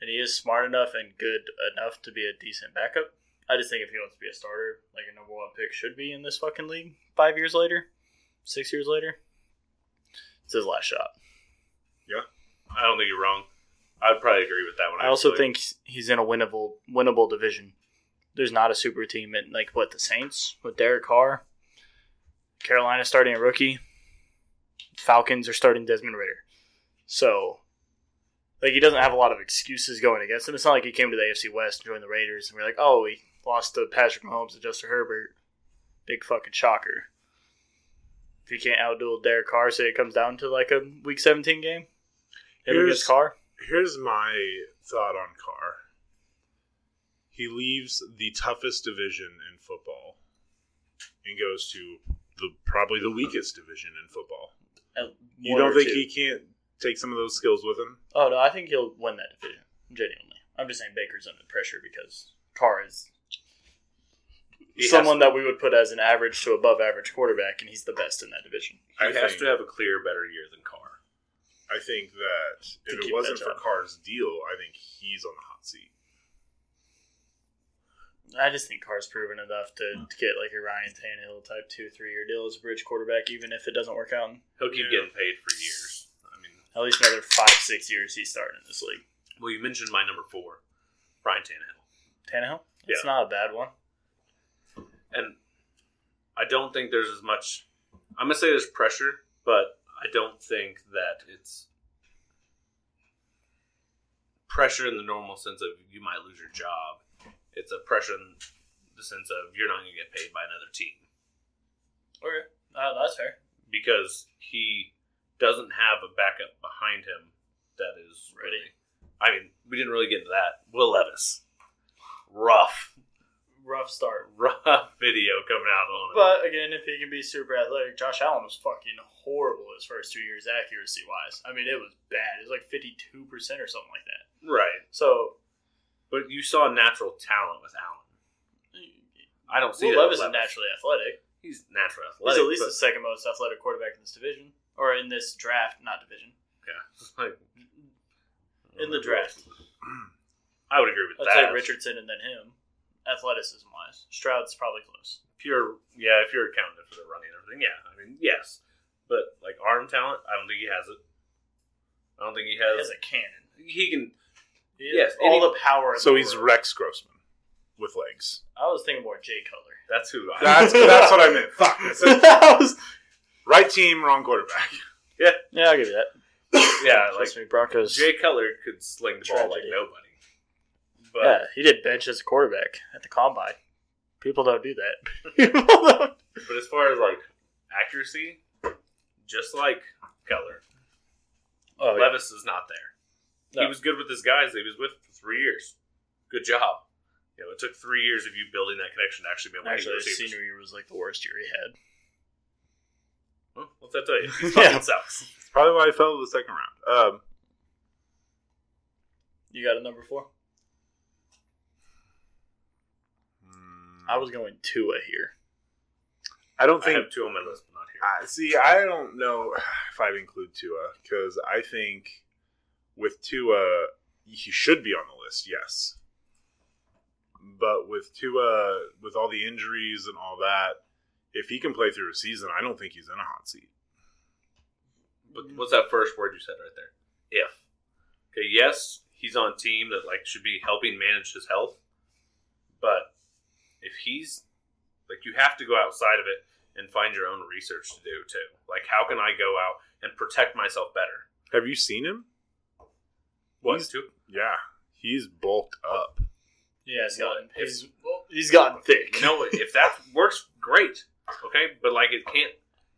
S1: and he is smart enough and good enough to be a decent backup. I just think if he wants to be a starter, like a number one pick should be in this fucking league five years later, six years later. It's his last shot.
S2: I don't think you're wrong. I'd probably agree with that one.
S1: I also
S2: actually.
S1: think he's in a winnable winnable division. There's not a super team in like what the Saints with Derek Carr, Carolina starting a rookie, Falcons are starting Desmond Ritter. So, like he doesn't have a lot of excuses going against him. It's not like he came to the AFC West and joined the Raiders and we're like, oh, he lost to Patrick Mahomes and Justin Herbert. Big fucking shocker. If you can't outduel Derek Carr, say it comes down to like a Week 17 game, him
S3: Here's-
S1: against Carr.
S3: Here's my thought on Carr. He leaves the toughest division in football and goes to the probably the weakest division in football. You don't think he can't take some of those skills with him?
S1: Oh no, I think he'll win that division. Genuinely, I'm just saying Baker's under pressure because Carr is
S2: He has
S1: someone that we would put as an average to above average quarterback, and he's the best in that division.
S2: He
S3: I
S2: has
S3: think-
S2: to have a clear, better year than Carr.
S3: I think that
S1: To
S3: if
S1: keep
S3: it
S1: that
S3: wasn't for
S1: job.
S3: Carr's deal, I think he's on the hot seat.
S1: I just think Carr's proven enough to, to get like a Ryan Tannehill type two three year deal as a bridge quarterback, even if it doesn't work out. in
S2: He'll keep
S3: Yeah.
S2: getting paid for years. I mean,
S1: At least another five six years he's starting in this league.
S2: well, you mentioned my number four, Ryan Tannehill,
S1: Tannehill, it's not a bad one.
S2: and I don't think there's as much. I'm gonna say there's pressure, but I don't think that it's pressure in the normal sense of you might lose your job. It's a pressure in the sense of you're not gonna get paid by another team.
S1: Okay, uh, that's fair.
S2: because he doesn't have a backup behind him that is ready. I mean, we didn't really get into that. Will Levis, rough,
S1: Rough start,
S2: rough video coming out on him.
S1: But again, if he can be super athletic, Josh Allen was fucking horrible his first two years accuracy wise. I mean, it was bad. It was like fifty two percent or something like that.
S2: right,
S1: So
S2: but you saw natural talent with Allen. I don't see
S1: Will
S2: that
S1: Levis is
S2: with
S1: naturally athletic.
S2: He's natural
S1: He's
S2: athletic.
S1: at least
S2: but-
S1: the second most athletic quarterback in this division or in this draft, not division,
S2: yeah, like,
S1: in the draft.
S2: I would agree with
S1: I'd say
S2: that.
S1: Richardson and then him, athleticism wise. Stroud's probably close.
S2: if you're yeah, if you're accounting for the running and everything, yeah, I mean yes, but like arm talent, I don't think he has it. I don't think he
S1: He
S2: has.
S1: has a cannon.
S2: he can
S1: He has
S2: Yes, and
S1: all
S2: he-
S1: the power. In
S3: So
S1: the
S3: he's
S1: world.
S3: Rex Grossman with legs.
S1: I was thinking more Jay Cutler.
S2: That's who I.
S3: That's that's what I meant. Fuck. I said-
S1: I was-
S3: Right team, wrong quarterback.
S1: yeah, I'll give you that.
S2: yeah, like
S1: Trust me, Broncos.
S2: Jay Cutler could sling the ball like
S1: Tragedy.
S2: nobody. But
S1: yeah, he did bench as a quarterback at the combine. People don't do that. People don't.
S2: but as far as like accuracy, just like Cutler,
S1: Oh, yeah.
S2: Levis is not there. He
S1: No.
S2: was good with his guys that he was with for three years. Good job. You know, it took three years of you building that connection to actually be able to
S1: Actually,
S2: Actually,
S1: his senior
S2: receivers.
S1: year was like the worst year he had.
S2: Huh? What's that tell you? He
S1: Yeah.
S2: fucking sucks.
S3: It's probably why I fell to the second round. Um,
S1: You got a number four? I was going Tua here.
S3: I don't
S2: I
S3: think
S2: have two on my list, but not here.
S3: I see, I don't know if I'd include Tua because I think with Tua, he should be on the list, yes. But with Tua, with all the injuries and all that, if he can play through a season, I don't think he's in a hot seat.
S2: But what's that first word you said right there? If. Okay, yes, he's on a team that like should be helping manage his health, but if he's like you have to go outside of it and find your own research to do too. Like how can I go out and protect myself better?
S3: Have you seen him?
S2: What
S3: He's-
S2: too?
S3: Yeah, he's bulked up.
S1: Yeah, he's
S2: gotten-
S1: he's, he's gotten thick.
S2: You know, if that works, great. Okay, but like it can't.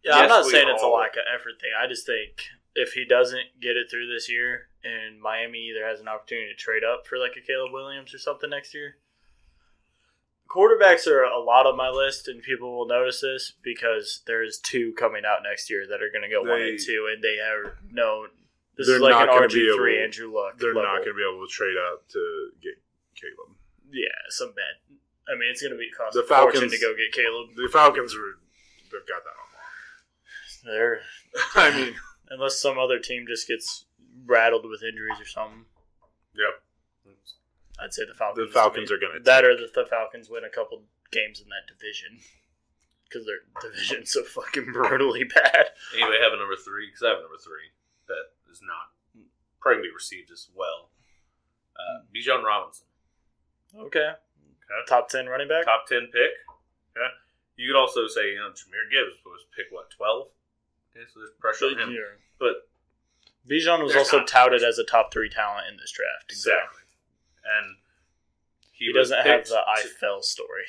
S1: Yeah, I'm
S2: Yes,
S1: not
S2: we
S1: saying it's a
S2: all-
S1: lack of effort thing. I just think if he doesn't get it through this year, and Miami either has an opportunity to trade up for like a Caleb Williams or something next year, quarterbacks are a lot on my list, and people will notice this because there's two coming out next year that are going to go one and
S3: They-
S1: two, and they have no. This
S3: They're
S1: is like
S3: not
S1: an
S3: gonna
S1: RG
S3: be
S1: three
S3: able-
S1: Andrew Luck.
S3: They're
S1: level.
S3: not going to be able to trade up to get Caleb.
S1: Yeah, some bad. I mean, it's going to be cost
S3: The
S1: a fortune
S3: Falcons-
S1: to go get Caleb.
S3: The Falcons were, they've got that on.
S1: They're
S3: I mean,
S1: unless some other team just gets rattled with injuries or something.
S2: Yep.
S1: I'd say the Falcons.
S3: The Falcons are gonna
S1: that, or that the Falcons win a couple games in that division because their division's so fucking brutally bad.
S2: Anyway, have a number three because I have a number three that is not probably gonna be received as well. Uh, Bijan Robinson,
S1: Okay,
S2: okay.
S1: top ten running back.
S2: top ten pick. Okay. You could also say you know Jameer Gibbs was pick what twelve. Okay, so there's pressure on him,
S1: Yeah.
S2: but
S1: Bijan was
S2: There's
S1: also
S2: not-
S1: touted as a top three talent in this draft. so
S2: exactly, and he,
S1: He
S2: was
S1: doesn't have
S2: picked
S1: the I
S2: to-
S1: fell story.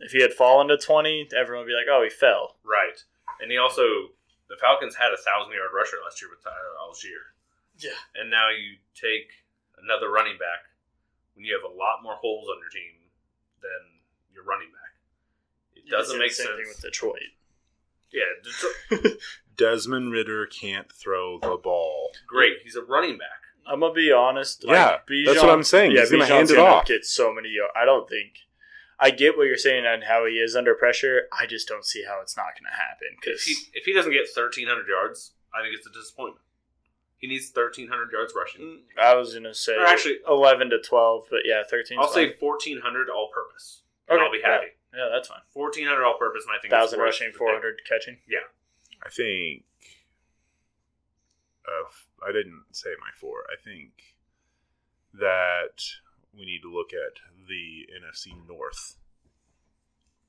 S1: If he had fallen to twenty, everyone would be like, "Oh, he fell."
S2: right, and he also the Falcons had a thousand yard rusher last year with Tyler Algier.
S1: Yeah.
S2: and now you take another running back when you have a lot more holes on your team than your running back. It doesn't make
S1: the same
S2: sense.
S1: thing with Detroit.
S2: yeah, Detroit,
S3: Desmond Ritter can't throw the ball.
S2: great. He's a running back.
S1: I'm gonna be honest.
S3: Yeah,
S1: Bijan-
S3: that's what I'm saying. He's gonna hand it off.
S1: Get so many. yar- I don't think. I get what you're saying on how he is under pressure. I just don't see how it's not gonna happen.
S2: If
S1: Because
S2: he if he doesn't get thirteen hundred yards, I think it's a disappointment. He needs thirteen hundred yards rushing.
S1: I was gonna say
S2: Or actually-
S1: eleven to twelve, but yeah, thirteen.
S2: I'll say fourteen hundred all purpose. and
S1: Okay,
S2: I'll be happy.
S1: yeah, that's fine.
S2: Fourteen hundred all purpose, and I think it's
S1: Thousand
S2: worth
S1: rushing,
S2: the pick.
S1: four hundred catching.
S3: I think. Uh, I didn't say my four. I think that we need to look at the NFC North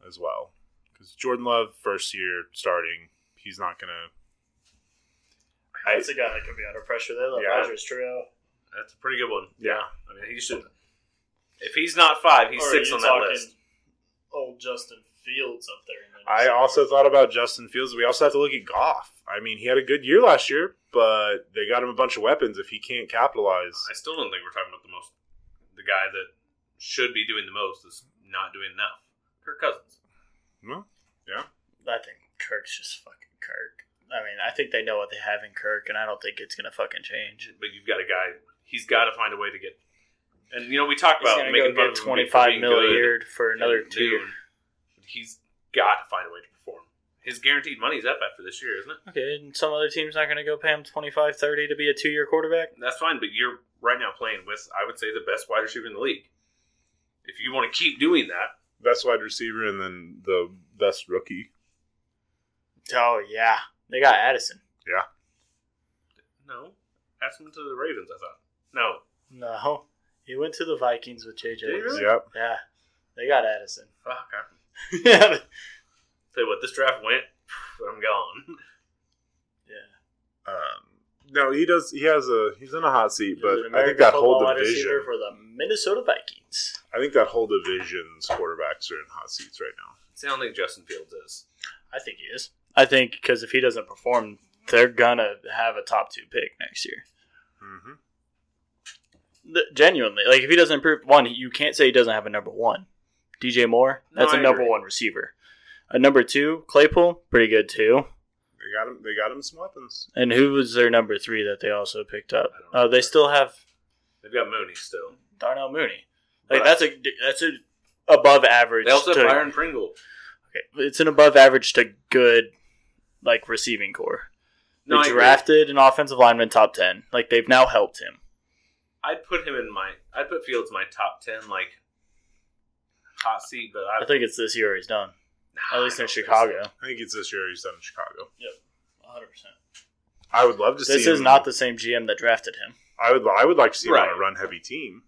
S3: as well. Because Jordan Love, first year starting, he's not going to. I-
S1: That's a guy that could be under pressure. They let
S3: Yeah.
S1: Rodgers trio.
S2: That's a pretty good one.
S3: Yeah.
S2: I mean he should. If he's not five, he's
S1: Or are
S2: six
S1: you
S2: on that
S1: talking
S2: list.
S1: Old Justin Fields up there. in the
S3: I
S1: NFC?
S3: also thought about Justin Fields. We also have to look at Goff. I mean, he had a good year last year, but they got him a bunch of weapons. If he can't capitalize,
S2: I still don't think we're talking about the most. The guy that should be doing the most is not doing enough. Kirk Cousins.
S3: well,
S1: I think Kirk's just fucking Kirk. I mean, I think they know what they have in Kirk, and I don't think it's gonna fucking change.
S2: But you've got a guy. He's got to find a way to get. And you know we talk
S1: He's
S2: about
S1: gonna
S2: making
S1: go
S2: fun
S1: get
S2: of him
S1: twenty
S2: for
S1: five
S2: being
S1: mil a
S2: good
S1: year for another
S2: and
S1: two. years.
S2: noon. He's got to find a way to perform. His guaranteed money's up after this year, isn't it?
S1: Okay, and some other team's not gonna go pay him 25, 30 to be a two year quarterback.
S2: That's fine. But you're right now playing with, I would say, the best wide receiver in the league. If you want to keep doing that,
S3: best wide receiver and then the best rookie.
S1: Oh yeah, they got Addison.
S2: no, ask him to the Ravens. I thought no.
S1: No, he went to the Vikings with JJ.
S2: Did he really?
S3: Yep.
S1: Yeah, they got Addison.
S2: Fuck. I
S1: yeah,
S2: Tell you what, this draft went. I'm gone.
S3: Um, no, he does. He has a. He's in a hot seat,
S1: He was an
S3: but I
S1: American
S3: think that
S1: football
S3: whole
S1: wide
S3: division.
S1: receiver for the Minnesota Vikings.
S3: I think that whole division's quarterbacks are in hot seats right now.
S2: See, I don't think Justin Fields is.
S1: I think he is. I think because if he doesn't perform, they're gonna have a top two pick next year.
S3: Mm-hmm.
S1: Th- genuinely, like if he doesn't improve, one, you can't say he doesn't have a number one. DJ Moore,
S2: No,
S1: that's a
S2: I
S1: number
S2: agree.
S1: one receiver. A number two, Claypool, pretty good too.
S3: They got him. They got him some weapons.
S1: And who was their number three that they also picked up?
S2: I don't
S1: Uh, they
S2: remember.
S1: still have
S2: They've got Mooney still.
S1: Darnell Mooney. Like
S2: But
S1: that's a that's a above average.
S2: They also have
S1: to-
S2: Byron Pringle.
S1: okay, it's an above average to good like receiving core. They
S2: No, I agree.
S1: drafted an offensive lineman top ten. Like they've now helped him.
S2: I'd put him in my. I'd put Fields in my top ten, like hot seat. But I,
S1: I think it's this year he's done.
S2: nah,
S1: At least
S2: I
S1: in
S2: don't think
S1: Chicago.
S3: I think it's this year he's done in Chicago.
S1: hundred percent.
S3: I would love to see.
S1: This is
S3: him-
S1: not the same GM that drafted him.
S3: I would. I would like to see him on
S2: Right.
S3: a run-heavy team.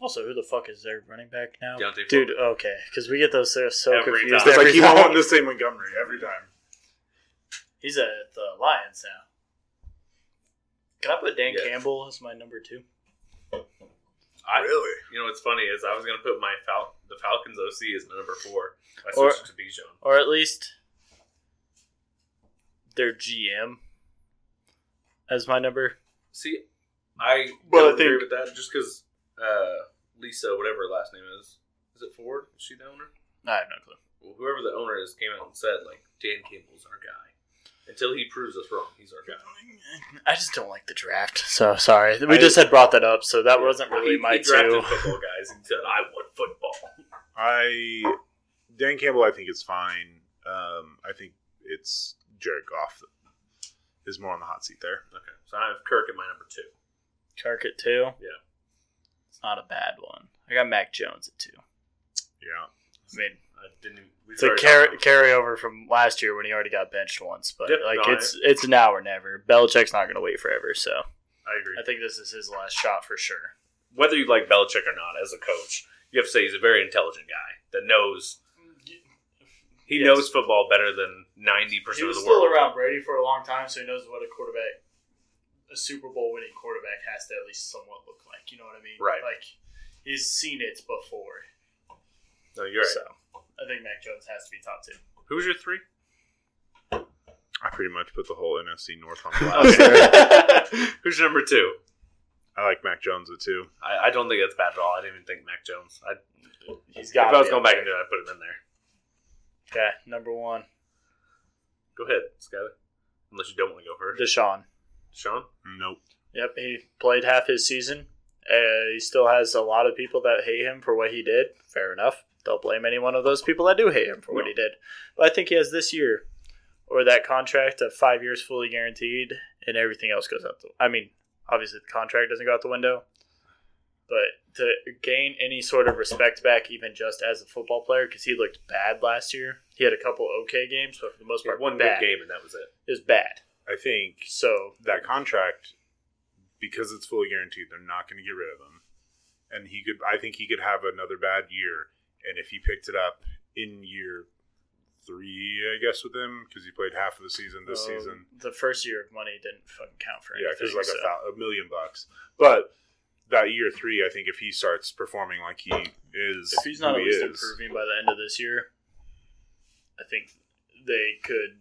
S1: Also, who the fuck is their running back now?
S2: Deontay
S1: Dude, okay, because we get those they're so
S2: Every
S1: confused.
S2: time.
S3: It's like
S1: every
S3: he won't
S1: time.
S3: want this same Montgomery every time.
S1: He's at the Lions now. Can I put Dan
S2: Yeah.
S1: Campbell as my number two?
S2: so. I,
S3: really?
S2: You know what's funny is I was gonna put my Fal- the Falcons OC as my number four. I
S1: Or-
S2: switched it to Bijan.
S1: Or at least their GM as my number.
S2: See, I
S1: But I
S2: don't agree
S1: think-
S2: with that just because uh, Lisa, whatever her last name is, is it Ford? Is she the owner?
S1: I have no clue.
S2: Well, whoever the owner is came out and said like Dan Campbell's our guy. Until he proves us wrong, he's our guy.
S1: I just don't like the draft, so sorry. We
S2: I-
S1: just had brought that up, so that wasn't
S2: Well,
S1: really
S2: he,
S1: my
S2: he drafted
S1: two.
S2: football guys and said, "I want football."
S3: I Dan Campbell, I think is fine. Um, I think it's Jared Goff is more on the hot seat there.
S2: Okay, so I have Kirk at my number two.
S1: Kirk at two.
S2: Yeah.
S1: It's not a bad one. I got Mac Jones at two.
S3: Yeah.
S1: I mean,
S2: I didn't. even- we've
S1: it's a
S2: already
S1: carry
S2: talked
S1: carryover from last year when he already got benched once, but
S2: Yep,
S1: like
S2: no, I-
S1: it's it's an hour never. Belichick's not going to wait forever, so
S2: about- I agree.
S1: I think this is his last shot for sure.
S2: Whether you like Belichick or not, as a coach, you have to say he's a very intelligent guy that knows. He
S1: Yes.
S2: knows football better than ninety
S1: He
S2: percent of
S1: was
S2: the
S1: still
S2: world.
S1: around Brady for a long time, so he knows what a quarterback, a Super Bowl winning quarterback, has to at least somewhat look like. You know what I mean?
S2: Right.
S1: Like he's seen it before.
S2: No, you're right.
S1: So I think Mac Jones has to be top two.
S2: Who's your three?
S3: I pretty much put the whole NFC North on blast.
S2: Okay. Who's your number two?
S3: I like Mac Jones at two.
S2: I, I don't think that's bad at all. I didn't even think Mac Jones. I,
S1: He's
S2: if
S1: got.
S2: I was going back into it, I'd put him in there.
S1: Okay, number one,
S2: Go ahead, Skyler. Unless you don't want to go first.
S1: Deshaun.
S2: Sean?
S3: Nope.
S1: Yep, he played half his season. Uh, he still has a lot of people that hate him for what he did. Fair enough. Don't blame any one of those people that do hate him for what
S2: No.
S1: he did. But I think he has this year or that contract of five years fully guaranteed, and everything else goes out the. I mean, obviously the contract doesn't go out the window, but to gain any sort of respect back, even just as a football player, because he looked bad last year. He had a couple okay games, but for the most
S2: He had
S1: part,
S2: one
S1: bad.
S2: good game, and that was it.
S1: is bad.
S3: I think
S1: So
S3: that contract because it's fully guaranteed they're not going to get rid of him and he could i think he could have another bad year and if he picked it up in year three i guess with him because he played half of the season this
S1: um,
S3: season
S1: the first year of money didn't fucking count for
S3: yeah
S1: anything.
S3: because like
S1: so.
S3: a, thou- a million bucks but that year three i think if he starts performing like he is
S1: if he's not at
S3: who he
S1: least
S3: is,
S1: improving by the end of this year, I think they could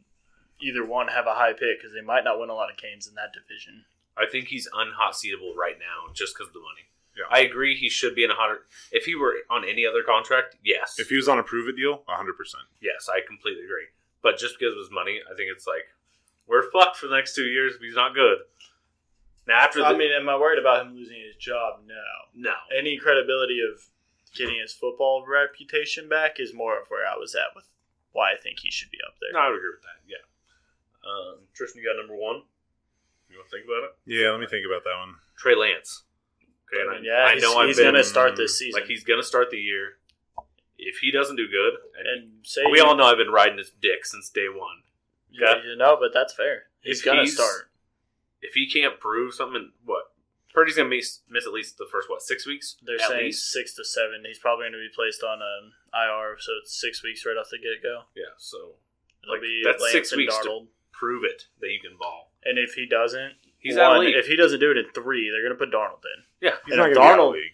S1: either one have a high pick because they might not win a lot of games in that division.
S2: I think he's unhot seatable right now just because of the money.
S3: Yeah.
S2: I agree he should be in a hotter. If he were on any other contract, yes.
S3: if he was on a prove it deal 100%
S2: yes, I completely agree. But just because of his money, I think it's like, we're fucked for the next two years if he's not good. Now, after the.
S1: I mean, am I worried about him losing his job? No.
S2: no.
S1: Any credibility of getting his football reputation back is more of where I was at with why I think he should be up there.
S2: No, I would agree with that, yeah. Um, Tristan, you got number one? You want to think about it?
S3: yeah let me think about that one
S2: Trey Lance. Okay,
S1: I
S2: and I,
S1: mean, yeah,
S2: I
S1: he's,
S2: know
S1: he's
S2: I've been
S1: going to start this season.
S2: like he's gonna start the year. If he doesn't do good, and,
S1: and say
S2: we all know I've been riding his dick since day one.
S1: yeah, you know, but that's fair. He's
S2: If
S1: going to
S2: he's-
S1: start.
S2: If he can't prove something, what Purdy's gonna miss, miss at least the first what six weeks?
S1: They're
S2: at
S1: saying
S2: least.
S1: six to seven. He's probably going to be placed on um, IR, so it's six weeks right off the get go.
S2: Yeah, so
S1: It'll
S2: Like,
S1: be
S2: that's
S1: Lance
S2: six
S1: and
S2: weeks to-
S1: Darnold.
S2: prove it that you can ball.
S1: And if he doesn't,
S2: He's out of
S1: one,
S2: the league.
S1: if he doesn't do it in three, they're going to put Darnold in.
S2: yeah,
S3: he's
S1: And
S3: not
S1: if
S3: going to be out of
S1: Darnold-
S3: the league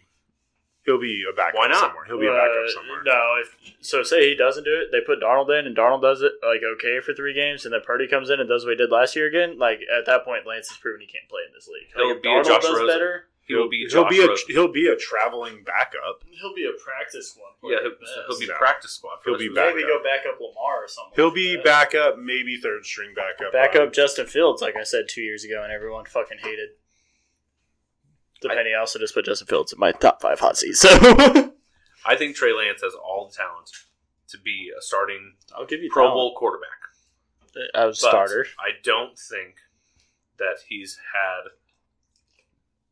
S3: he'll be a backup
S2: Why not?
S3: somewhere he'll be a
S1: Uh,
S3: backup somewhere
S1: No, if so, say he doesn't do it, they put Darnold in, and Darnold does it like okay for three games, and then Purdy comes in and does what he did last year again. Like at that point, Lance has proven he can't play in this league.
S2: He'll
S1: Like, if
S2: be a Josh Rosen.
S1: better,
S2: he will be.
S3: he'll
S2: Josh
S3: be a
S2: Rosen.
S3: he'll be a traveling backup.
S1: he'll be a practice one.
S2: yeah, he'll, he'll be
S3: No.
S2: practice squad. for
S3: He'll
S2: this
S3: be
S2: week.
S3: back.
S1: maybe go back up Lamar or something.
S3: He'll
S1: like
S3: be
S1: that.
S3: backup, maybe third string backup.
S1: Backup Justin Fields, like I said two years ago, and everyone fucking hated. Depending, I also just put Justin Fields in my top five hot seats. So
S2: I think Trey Lance has all the talent to be a starting
S1: I'll give you
S2: Pro
S1: talent.
S2: Bowl quarterback.
S1: I was
S2: But
S1: starter.
S2: I don't think that he's had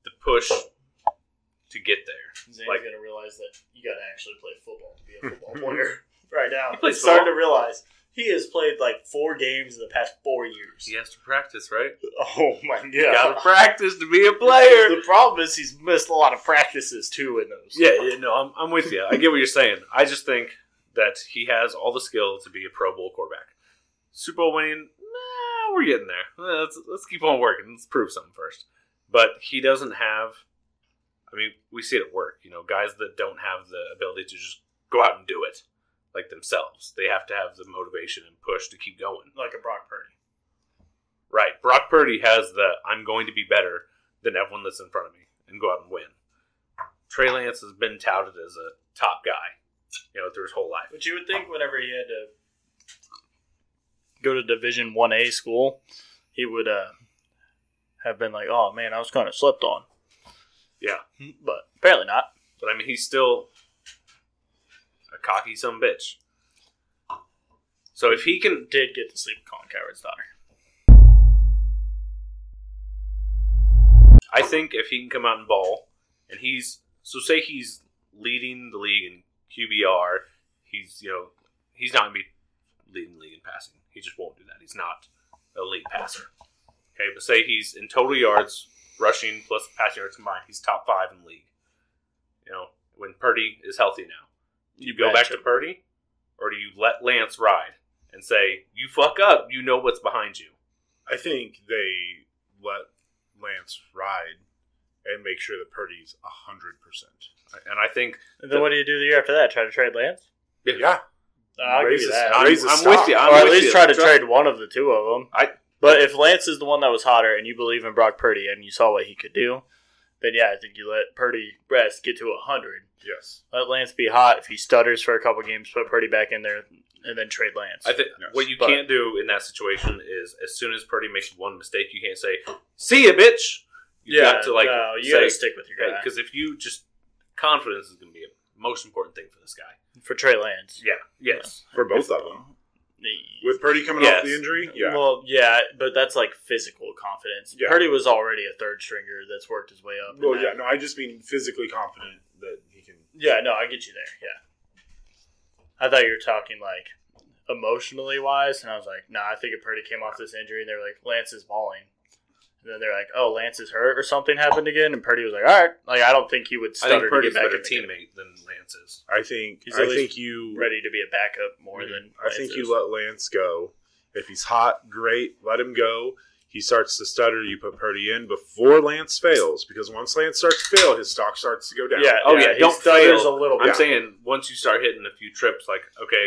S2: the push to get there.
S1: Zane's
S2: Like-
S1: gonna realize that you gotta actually play football to be a football player right now.
S2: He plays
S1: He's starting to realize he has played like four games in the past four years.
S2: He has to practice, right?
S1: Oh my
S2: Got
S1: god!
S2: to practice to be a player.
S1: The problem is he's missed a lot of practices too in those.
S2: Yeah, yeah, no, I'm, I'm with you. I get what you're saying. I just think that he has all the skill to be a Pro Bowl quarterback. Super Bowl winning, nah, we're getting there. Eh, Let's, let's keep on working. Let's prove something first. But he doesn't have. I mean, we see it at work. You know, guys that don't have the ability to just go out and do it like themselves. They have to have the motivation and push to keep going.
S1: like a Brock Purdy.
S2: Right. Brock Purdy has the I'm going to be better than everyone that's in front of me and go out and win. Trey Lance has been touted as a top guy, you know, through his whole life.
S1: But you would think whenever he had to go to Division One A school, he would uh, have been like, "Oh man, I was kind of slept on,"
S2: Yeah.
S1: but apparently not.
S2: But I mean he's still a cocky some bitch. So if he can
S1: Did get to sleep with Colin Coward's daughter.
S2: I think if he can come out and ball, and he's so say he's leading the league in QBR, he's you know he's not gonna be leading the league in passing. He just won't do that. He's not a league passer. Okay, but say he's in total yards, rushing plus passing yards combined, he's top five in the league. You know, when Purdy is healthy now, do you, go
S1: bench
S2: back to
S1: him.
S2: Purdy, or do you let Lance ride and say you fuck up? You know what's behind you.
S3: I think they let Lance ride and make sure that Purdy's hundred percent.
S2: And I think
S1: And then what do you do the year after that? Try to trade Lance?
S3: Yeah,
S1: I'll give
S3: Raise
S1: you
S3: the
S1: that.
S3: stock.
S2: I'm,
S3: Raise the
S2: I'm
S3: stock.
S2: with you. I'm
S1: or at
S2: with
S1: least
S2: you.
S1: try to
S2: Try-
S1: trade one of the two of them.
S2: I-
S1: but if Lance is the one that was hotter and you believe in Brock Purdy and you saw what he could do, then yeah, I think you let Purdy rest, get to 100.
S3: yes.
S1: Let Lance be hot. If he stutters for a couple games, put Purdy back in there and then trade Lance.
S2: I think
S3: Yes,
S2: what you
S1: but-
S2: can't do in that situation is as soon as Purdy makes one mistake, you can't say "see ya, bitch." You got to like
S1: no, you
S2: say
S1: gotta stick with your guy
S2: because if you just confidence is going to be a most important thing for this guy.
S1: for Trey Lance.
S2: Yeah. Yes.
S3: For both of them, with Purdy coming
S2: Yes.
S3: off the injury, yeah,
S1: Well, yeah, but that's like physical confidence.
S3: Yeah.
S1: Purdy was already a third stringer that's worked his way up. and
S3: Well,
S1: that-
S3: yeah, no, I just mean physically confident that he can.
S1: Yeah, no, I get you there. Yeah. I thought you were talking like emotionally wise, and I was like, no, nah, I think if Purdy came off this injury, and they're like, Lance is balling. And then they're like, oh, Lance is hurt or something happened again. And Purdy was like, all right. Like, I don't think he would
S2: I
S1: stutter
S2: think
S1: to
S2: Purdy's
S1: get
S2: a
S1: back in
S2: better
S1: the game.
S2: teammate than Lance is.
S3: I think.
S1: He's at
S3: I
S1: least
S3: think you.
S1: Ready to be a backup more
S2: Mhm.
S1: than
S3: I
S1: Lance
S3: think
S1: is.
S3: you let Lance go. If he's hot, great. Let him go. He starts to stutter. You put Purdy in before Lance fails, because once Lance starts to fail, his stock starts to go down.
S1: Yeah,
S2: Oh, yeah,
S1: he
S2: don't
S1: stutters
S2: fail.
S1: a little
S2: I'm
S1: bit.
S2: saying once you start hitting a few trips, like okay,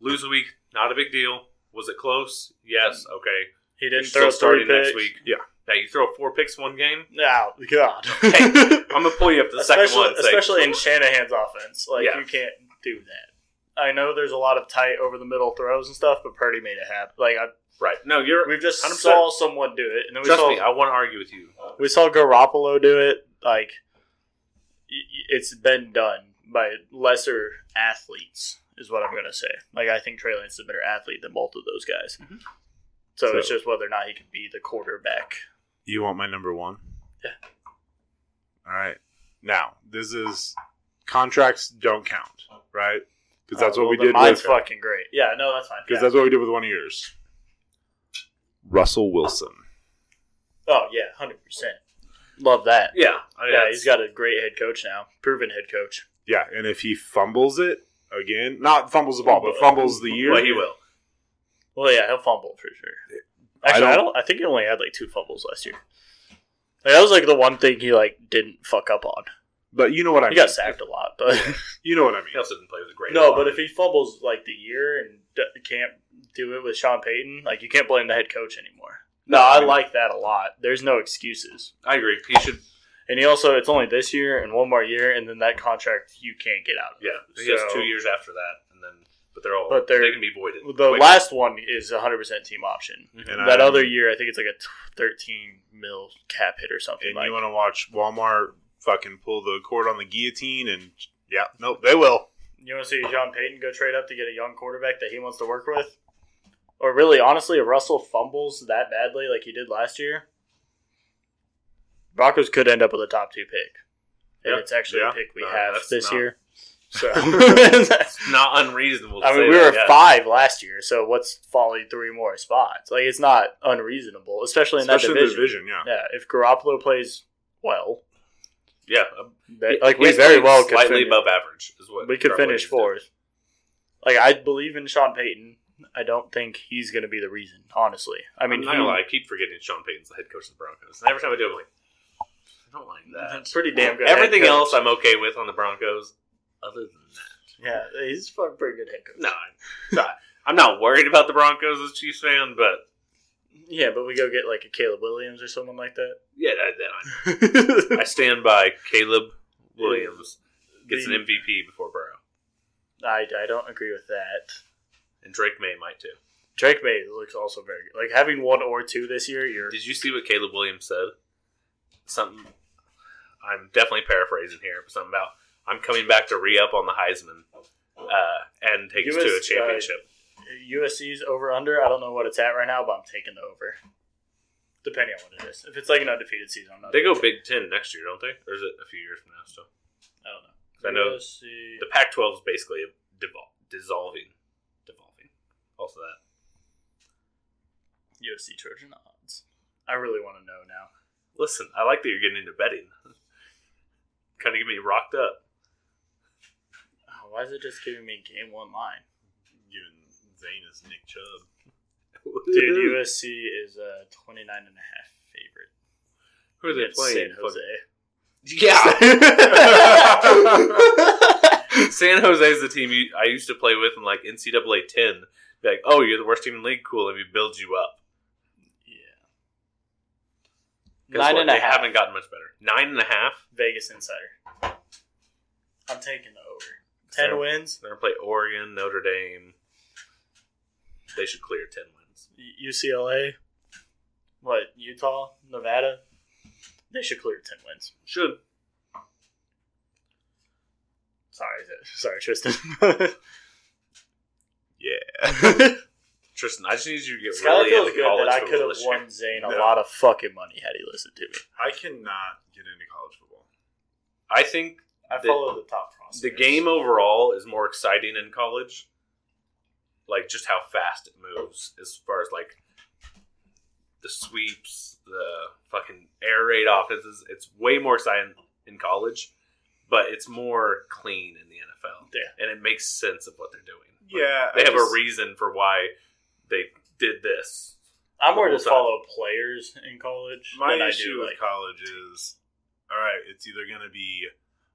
S2: lose a week, not a big deal. Was it close? Yes. Okay.
S1: he
S2: You're
S1: didn't
S2: still
S1: throw three
S2: starting
S1: picks.
S2: next week.
S3: Yeah.
S2: Now you throw four picks one game.
S1: No, God.
S2: I'm gonna pull you up to the second
S1: especially,
S2: one. and say,
S1: especially in Shanahan's offense. Like
S2: Yeah.
S1: you can't do that. I know there's a lot of tight over the middle throws and stuff, but Purdy made it happen. Like I,
S2: right. No, you're.
S1: we've just
S2: 100%.
S1: saw someone do it, and then we
S2: Trust
S1: saw
S2: me, I want to argue with you.
S1: we saw Garoppolo do it. Like y- y- it's been done by lesser athletes, is what I'm gonna say. Like I think Trey Lance is a better athlete than both of those guys. So,
S3: So-
S1: it's just whether or not he can be the quarterback.
S3: You want my number one?
S1: Yeah.
S3: All right. Now this is contracts don't count, right? Because that's
S1: Uh,
S3: what
S1: well,
S3: we
S1: then
S3: did.
S1: Mine's
S3: With,
S1: fucking great. Yeah, no, that's fine.
S3: Because
S1: Yeah.
S3: that's what we did with one of yours. Russell Wilson.
S1: Oh yeah, hundred percent. Love that.
S2: Yeah, I mean,
S1: Yeah,
S2: that's-
S1: he's got a great head coach now, proven head coach.
S3: Yeah, and if he fumbles it again, not fumbles the ball, but fumbles the year.
S2: Well, he will.
S1: Well, yeah, he'll fumble for sure.
S3: I
S1: Actually, I don't. I
S3: don't-
S1: think he only had like two fumbles last year. Like, that was like the one thing he like didn't fuck up on.
S3: But you know what I
S1: He
S3: mean.
S1: got sacked a lot, but
S3: You know what I mean.
S2: He also didn't play with a great.
S1: no.
S2: line.
S1: But if he fumbles like the year and d- can't do it with Sean Payton, like you can't blame the head coach anymore. No, I like that a lot. There's no excuses.
S2: I agree. He should.
S1: And he also, it's only this year and one more year, and then that contract you can't get out of.
S2: Yeah, he has
S1: So-
S2: two years after that, and then but they're all
S1: But
S2: they're,
S1: they're-
S2: they can be voided.
S1: The
S2: Like,
S1: last one is 100% team option.
S3: And
S1: that
S3: I'm-
S1: other year, I think it's like a t- 13 mil cap hit or something.
S3: And
S1: Like,
S3: you want to watch Walmart fucking pull the cord on the guillotine and yeah, nope, they will.
S1: you want to see John Payton go trade up to get a young quarterback that he wants to work with? Or really, honestly, if Russell fumbles that badly like he did last year, Broncos could end up with a top two pick. And
S2: Yeah.
S1: it's actually
S3: Yeah.
S1: a pick we
S2: No,
S1: have
S2: that's
S1: this
S2: not-
S1: year.
S3: So
S2: it's not unreasonable. To
S1: I mean,
S2: say
S1: we were
S2: that, yeah.
S1: five last year, so what's falling three more spots? Like, it's not unreasonable, especially in
S3: especially
S1: that
S3: in the
S1: division.
S3: division, yeah.
S1: Yeah, if Garoppolo plays well,
S2: Yeah,
S1: that, like we
S2: He's
S1: very
S2: playing
S1: well could
S2: slightly
S1: finish,
S2: above average is what
S1: we could
S2: Darwin
S1: finish
S2: did.
S1: fourth. Like I believe in Sean Payton. I don't think he's going to be the reason, honestly. I
S2: I mean,
S1: mean,
S2: I'm
S1: he-
S2: not gonna lie, I keep forgetting Sean Payton's the head coach of the Broncos, and every time I do, I'm like, I don't like that.
S1: that's pretty damn good. head
S2: Everything
S1: coach.
S2: else, I'm okay with on the Broncos, other than that.
S1: yeah, he's a fucking pretty good head coach.
S2: No, I'm not, I'm not worried about the Broncos as a Chiefs fan, but
S1: Yeah, but we go get like a Caleb Williams or someone like that.
S2: yeah, that, that, I, I stand by Caleb Williams gets an
S1: The-
S2: MVP before Burrow,
S1: I, I don't agree with that.
S2: and Drake May might too.
S1: Drake May looks also very good. Like having one or two this year, you're
S2: Did you see what Caleb Williams said? Something I'm definitely paraphrasing here, but something about I'm coming back to re up on the Heisman uh, and take us to a
S1: US, uh,
S2: championship.
S1: USC's over under. I don't know what it's at right now, but I'm taking the over. depending on what it is. If it's like an undefeated season, I'm not.
S2: They go Big Ten next year, don't they? Or is it a few years from now still?
S1: I don't know.
S2: 'Cause I know
S1: Let's see.
S2: the Pac 12 is basically devol- dissolving. Devolving. Also, that.
S1: USC Trojan odds. I really want to know now.
S2: Listen, I like that you're getting into betting. kind of get me rocked up.
S1: Oh, why is it just giving me game one line?
S3: Giving Zane is Nick Chubb.
S1: Dude, USC is a 29 and a half favorite.
S2: Who are they
S1: against
S2: playing?
S1: San Jose.
S2: Yeah. San Jose is the team you, I used to play with in like NCAA 10. Be like, oh, you're the worst team in the league. Cool. And we build you up.
S1: Yeah.
S2: Guess
S1: Nine
S2: what?
S1: and a
S2: they
S1: half.
S2: haven't gotten much better. Nine and a half.
S1: Vegas Insider. I'm taking the over. 10
S2: So-
S1: wins.
S2: They're going to play Oregon, Notre Dame. They should clear 10 wins.
S1: U- UCLA. What? Utah? Nevada? They should clear 10 wins.
S2: Should.
S1: Sorry, sorry, Tristan.
S3: Yeah.
S2: Tristan, I just need you to get
S1: Skylar
S2: really
S1: feels
S2: into
S1: good that
S2: college
S1: I
S2: football
S1: could have
S2: this year.
S1: won Zane a
S3: No.
S1: lot of fucking money had he listened to me.
S3: I cannot get into college football.
S2: I think
S1: I
S2: The-
S1: follow the top prospects.
S2: the game overall is more exciting in college. Like just how fast it moves, as far as like the sweeps, the fucking air raid offenses. It's way more exciting in college, but it's more clean in the NFL.
S1: Yeah.
S2: and it makes sense of what they're doing.
S3: Yeah,
S2: they
S3: I
S2: have
S3: just-
S2: a reason for why they did this.
S1: I more
S2: the whole
S1: just
S2: time.
S1: follow players in college.
S3: My
S1: than
S3: issue
S1: I do,
S3: with
S1: like,
S3: college is, all right, it's either going to be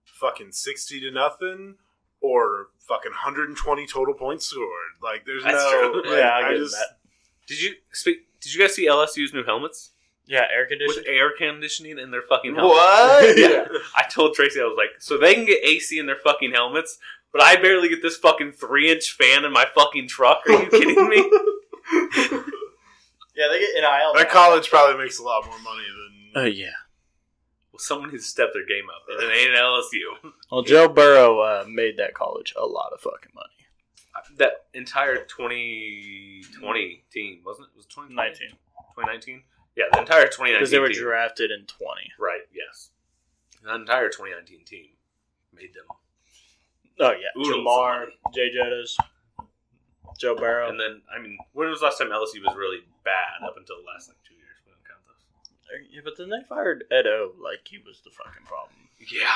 S3: fucking sixty to nothing or fucking hundred and twenty total points scored. Like, there's
S2: That's
S3: no.
S2: true.
S3: like,
S1: yeah, I, get
S3: just-
S1: that.
S2: Did you speak? Did you guys see LSU's new helmets
S1: Yeah, air
S2: with
S1: conditioning.
S2: air conditioning in their fucking helmets?
S3: What?
S2: Yeah. I told Tracy, I was like, so they can get AC in their fucking helmets, but I barely get this fucking three inch fan in my fucking truck. Are you kidding me?
S1: Yeah, they get NIL.
S3: That college probably makes a lot more money than.
S1: Oh, yeah.
S2: well, someone needs to step their game up, and it ain't an LSU.
S1: Well, Joe Burrow uh, made that college a lot of fucking money.
S2: That entire 2020 team, wasn't it? Was it 2020?
S1: 19.
S2: 2019? Yeah, the entire 2019
S1: Because they were
S2: team.
S1: drafted in 20.
S2: right, yes. The entire 2019 team made them.
S1: Oh, yeah.
S2: Oodles
S1: Jamar,
S2: of
S1: Jay Jettas, Joe Burrow.
S2: And then, I mean, when was the last time LSU was really bad up until the last like two years? We don't count those.
S1: yeah, but then they fired Ed O like he was the fucking problem.
S2: Yeah.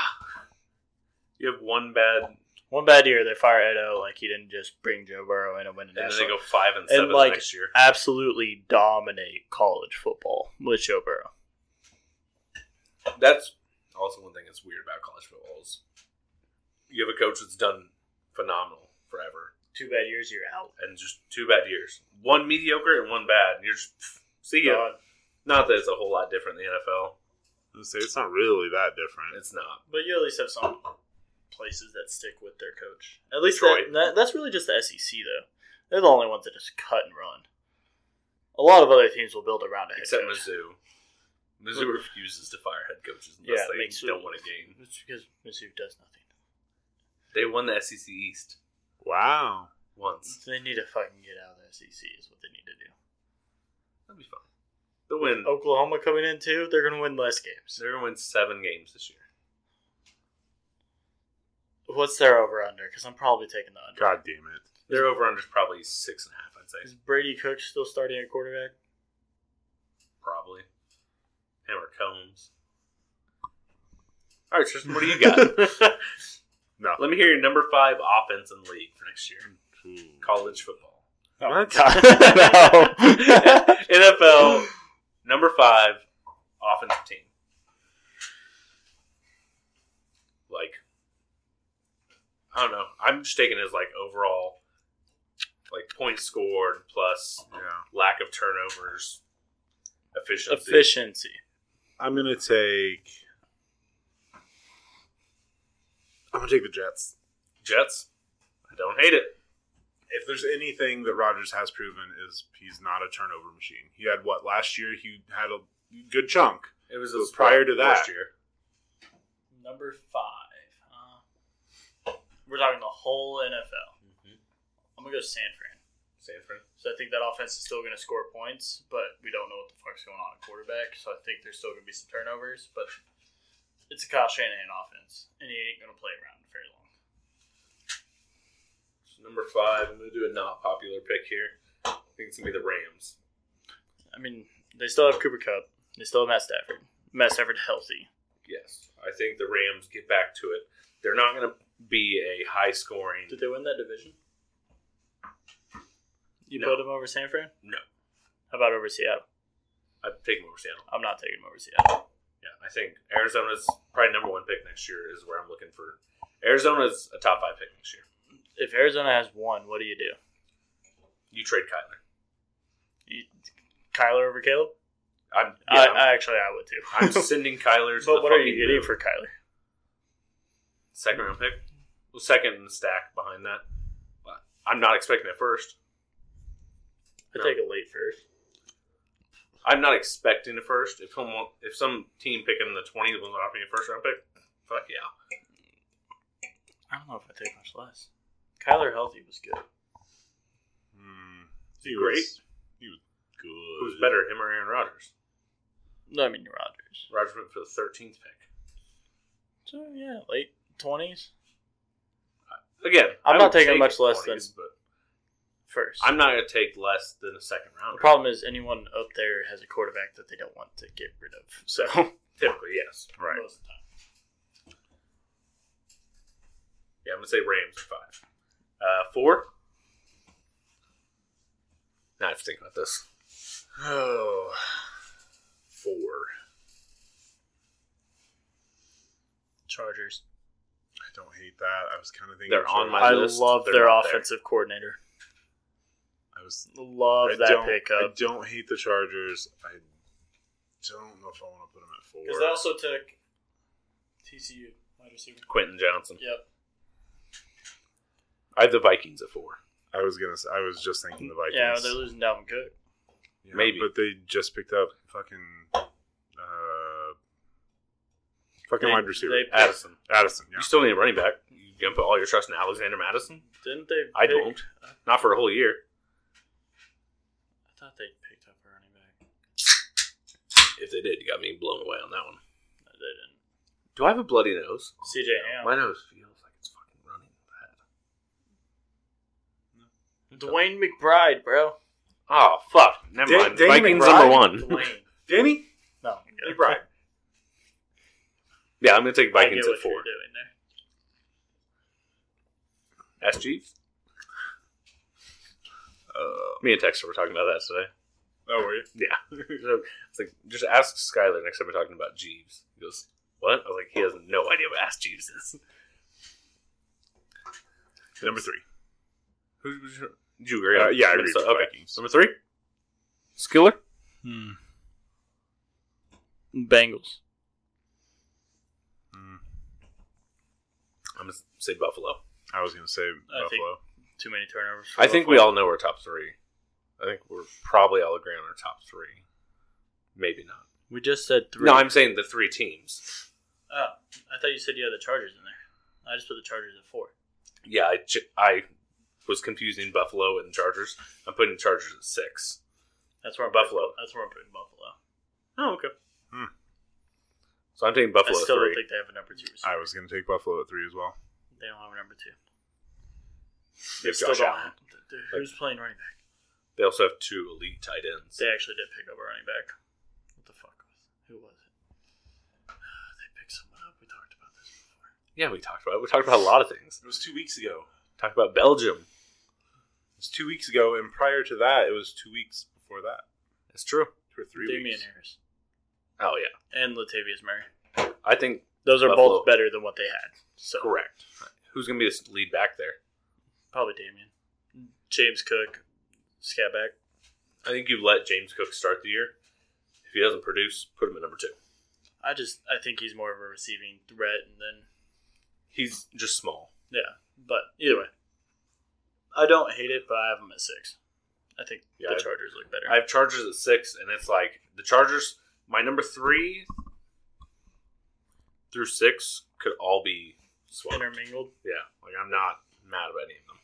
S2: You have one bad
S1: One bad year, they fire Ed O like he didn't just bring Joe Burrow in and win a
S2: And
S1: national.
S2: then they go five and
S1: And,
S2: seven
S1: like-
S2: next year.
S1: absolutely dominate college football with Joe Burrow.
S2: That's also one thing that's weird about college football is you have a coach that's done phenomenal forever,
S1: Two bad years, you're out.
S2: and just two bad years, one mediocre and one bad, and you're just pff, see ya.
S1: Gone.
S2: Not that it's a whole lot different in the NFL.
S3: Let's Say it's not really that different.
S2: It's not.
S1: But you at least have some places that stick with their coach. At least that,
S2: Detroit.
S1: that- that's really just the SEC though. They're the only ones that just cut and run. A lot of other teams will build around a head
S2: Except
S1: coach.
S2: Mizzou. Mizzou refuses to fire head coaches
S1: Yeah,
S2: unless
S1: it
S2: they
S1: makes
S2: don't
S1: sense.
S2: win a game.
S1: It's because Mizzou does nothing.
S2: They won the SEC East
S3: Wow.
S2: once.
S1: So they need to fucking get out of the SEC is what they need to do.
S2: That'd be fun. They'll win.
S1: Oklahoma coming in too, they're gonna win less games.
S2: They're gonna win seven games this year.
S1: What's their over under? Because I'm probably taking the under.
S3: God damn it.
S2: Their over under is probably six and a half. I'd say.
S1: Is Brady Cook still starting at quarterback?
S2: Probably. Him or Combs. All right, Tristan, what do you got?
S3: No.
S2: Let me hear your number five offense in the league for next year. College football.
S3: What?
S1: no.
S2: NFL, number five offensive team. Like, I don't know. I'm just taking it as like overall, like points scored plus
S3: Yeah.
S2: lack of turnovers, efficiency.
S1: Efficiency.
S3: I'm gonna take. I'm gonna take the Jets.
S2: Jets. I don't hate it.
S3: If there's anything that Rodgers has proven is he's not a turnover machine. He had what last year? He had a good chunk.
S2: It was
S3: So prior to that-
S2: last year.
S1: Number five. Mm-hmm. Huh? We're talking the whole NFL. I'm gonna go San Fran.
S2: San Fran.
S1: So I think that offense is still going to score points, but we don't know what the fuck's going on at quarterback. So I think there's still going to be some turnovers, but it's a Kyle Shanahan offense, and he ain't going to play around very long.
S2: So number five, I'm gonna do a not popular pick here. I think it's gonna be the Rams.
S1: I mean, they still have Cooper Cup. They still have Matt Stafford. Matt Stafford healthy.
S2: Yes, I think the Rams get back to it. They're not gonna be a high scoring.
S1: Did they win that division? You
S2: No.
S1: build him over San Fran?
S2: No,
S1: How about over Seattle?
S2: I'd take them over Seattle.
S1: I'm not taking him over Seattle.
S2: Yeah, I think Arizona's probably number one pick next year is where I'm looking for. Arizona's a top five pick next year.
S1: If Arizona has one, what do you do?
S2: You trade Kyler.
S1: You, Kyler over Caleb?
S2: I'm,
S1: I,
S2: yeah,
S1: I actually I would too.
S2: I, am sending Kyler to the
S1: but what are you
S2: fucking
S1: getting
S2: moon.
S1: for Kyler?
S2: second round pick? Well, second in the stack behind that. But I'm not expecting it first.
S1: I
S2: No.
S1: take a late first.
S2: I'm not expecting the first. If someone, if some team picking the 20 that was offering a first round pick, fuck yeah.
S1: I don't know if I take much less. Kyler healthy was good.
S3: Hmm.
S2: He great?
S3: was- he was good.
S2: Who's better, him or Aaron Rodgers?
S1: No, I mean Rodgers.
S2: Rodgers went for the 13th pick.
S1: So yeah, late twenties
S2: Again,
S1: I'm
S2: I
S1: not
S2: would
S1: taking
S2: take
S1: much
S2: the
S1: less than-
S2: but
S1: first.
S2: I'm not going to take less than a second
S1: the
S2: round.
S1: problem is anyone up there has a quarterback that they don't want to get rid of. So
S2: Typically, yes.
S3: Right.
S1: most of the time.
S2: Yeah, I'm gonna say Rams for five. Uh, four. Now I have to think about this.
S3: Oh, four.
S1: Chargers.
S3: I don't hate that. I was kind of thinking
S2: They're on my
S1: I
S2: list.
S1: love
S2: They're
S1: their
S2: not there.
S1: offensive coordinator.
S3: I was
S1: Love
S3: I
S1: that
S3: don't, I
S1: pickup.
S3: don't hate the Chargers. I don't know if I want to put them at four.
S1: Because they also took TCU wide receiver.
S2: Quentin Johnson.
S1: Yep.
S2: I have the Vikings at four.
S3: I was gonna. Say, I was just thinking the Vikings.
S1: Yeah, they're losing Dalvin Cook.
S3: Yeah,
S2: maybe.
S3: But they just picked up fucking uh, fucking
S1: They-
S3: wide receiver
S1: they-
S2: Addison.
S3: Addison. Yeah.
S2: You still need a running back. You gonna put all your trust in Alexander Madison?
S1: Didn't they?
S2: I
S1: pick-
S2: don't. Not for a whole year.
S1: I thought they picked up a running back.
S2: If they did, you got me blown away on that one.
S1: No, they didn't.
S2: Do I have a bloody nose?
S1: CJ Ham.
S2: My nose feels like it's fucking running bad.
S1: Dwayne McBride, bro.
S2: Oh fuck! Never
S3: Dan-
S2: mind.
S3: Danny
S2: Vikings
S3: McBride?
S2: number one.
S1: Dwayne.
S3: Danny.
S1: No.
S2: McBride. Yeah, I'm gonna
S1: I
S2: take
S1: get
S2: Vikings
S1: what
S2: at four.
S1: You're doing there.
S2: Ask Jeeves. Me and Texter were talking about that today.
S3: Oh, were you?
S2: So, it's like, just ask Skylar next time we're talking about Jeeves. He goes, What? I was like, He has no idea what Ask Jeeves is.
S3: Number three.
S2: Who was your. Did you agree?
S3: Uh,
S2: on
S3: yeah, I agree
S2: Minnesota?
S3: with
S2: Okay.
S3: Vikings.
S2: Number three? Skiller?
S1: Bengals.
S3: Mm,
S2: I'm going to say Buffalo.
S3: I was gonna say
S1: I
S3: Buffalo.
S1: think- Too many turnovers.
S2: I think we all know we're top three. I think we're probably all agreeing on our top three. Maybe not.
S1: We just said three.
S2: No, I'm saying the three teams.
S1: Oh, I thought you said you had the Chargers in there. I just put the Chargers at four.
S2: Yeah, I, ch- I was confusing Buffalo and Chargers. I'm putting Chargers at six.
S1: That's where I'm
S2: Buffalo.
S1: Putting, that's where I'm putting Buffalo.
S2: Oh, okay.
S3: Hmm.
S2: So I'm taking Buffalo
S1: I
S2: at
S1: still
S2: three.
S1: don't think they have a number two receiver.
S3: I was gonna take Buffalo at three as well.
S1: They don't have a number two.
S2: They have
S1: Still
S2: Josh
S1: don't
S2: Allen.
S1: have- dude, Who's playing running back?
S2: They also have two elite tight ends.
S1: They actually did pick up a running back. What the fuck was? Who was it? They picked someone up. We talked about this before.
S2: Yeah, we talked about it. we talked about a lot of things.
S3: It was two weeks ago.
S2: Talked about Belgium.
S3: It was two weeks ago, and prior to that, it was two weeks before that.
S2: That's true.
S3: Two or three
S1: Damian
S3: weeks.
S1: Harris
S2: Oh yeah,
S1: and Latavius Murray.
S2: I think
S1: Those are
S2: Buffalo.
S1: both better than what they had. So
S2: correct. Who's gonna be this lead back there?
S1: probably Damian, James Cook, Scatback.
S2: I think you let James Cook start the year. If he doesn't produce, put him at number two.
S1: I just I think he's more of a receiving threat, and then
S2: He's just small.
S1: yeah. But either way, I don't hate it, but I have him at six. I think
S2: Yeah,
S1: the
S2: I-
S1: Chargers look better.
S2: I have Chargers at six, and it's like the Chargers. My number three through six could all be swapped.
S1: Intermingled.
S2: Yeah, like I'm not mad about any of them.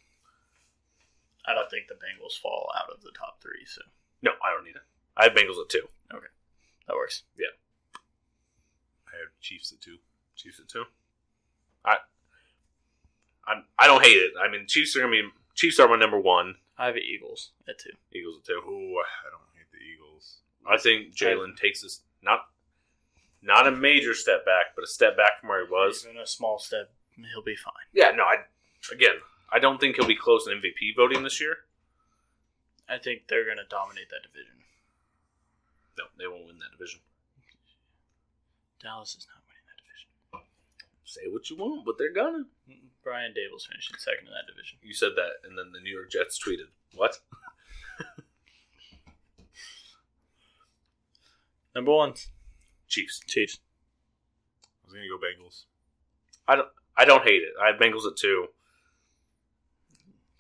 S1: I don't think the Bengals fall out of the top three, so
S2: No, I don't need it. I have Bengals at two.
S1: that works.
S3: I have Chiefs at two.
S2: Chiefs at two. I, I'm I don't hate it. I mean, Chiefs are gonna be Chiefs are my number one.
S1: I have Eagles at two.
S2: Eagles at two.
S3: Oh, I don't hate the Eagles.
S2: I think Jalen takes this not not a major step back, but a step back from where he was.
S1: Even a small step, he'll be fine.
S2: Yeah, no, I again, I don't think he'll be close in MVP voting this year.
S1: I think they're gonna dominate that division.
S2: No, they won't win that division.
S1: Dallas is not winning that division.
S2: Say what you want, but they're gonna.
S1: Mm, Brian Dable's finishing second in that division.
S2: You said that, and then the New York Jets tweeted, "What?
S1: Number one,
S2: Chiefs."
S1: Chiefs.
S3: I was gonna go Bengals.
S2: I don't. I don't hate it. I have Bengals at two.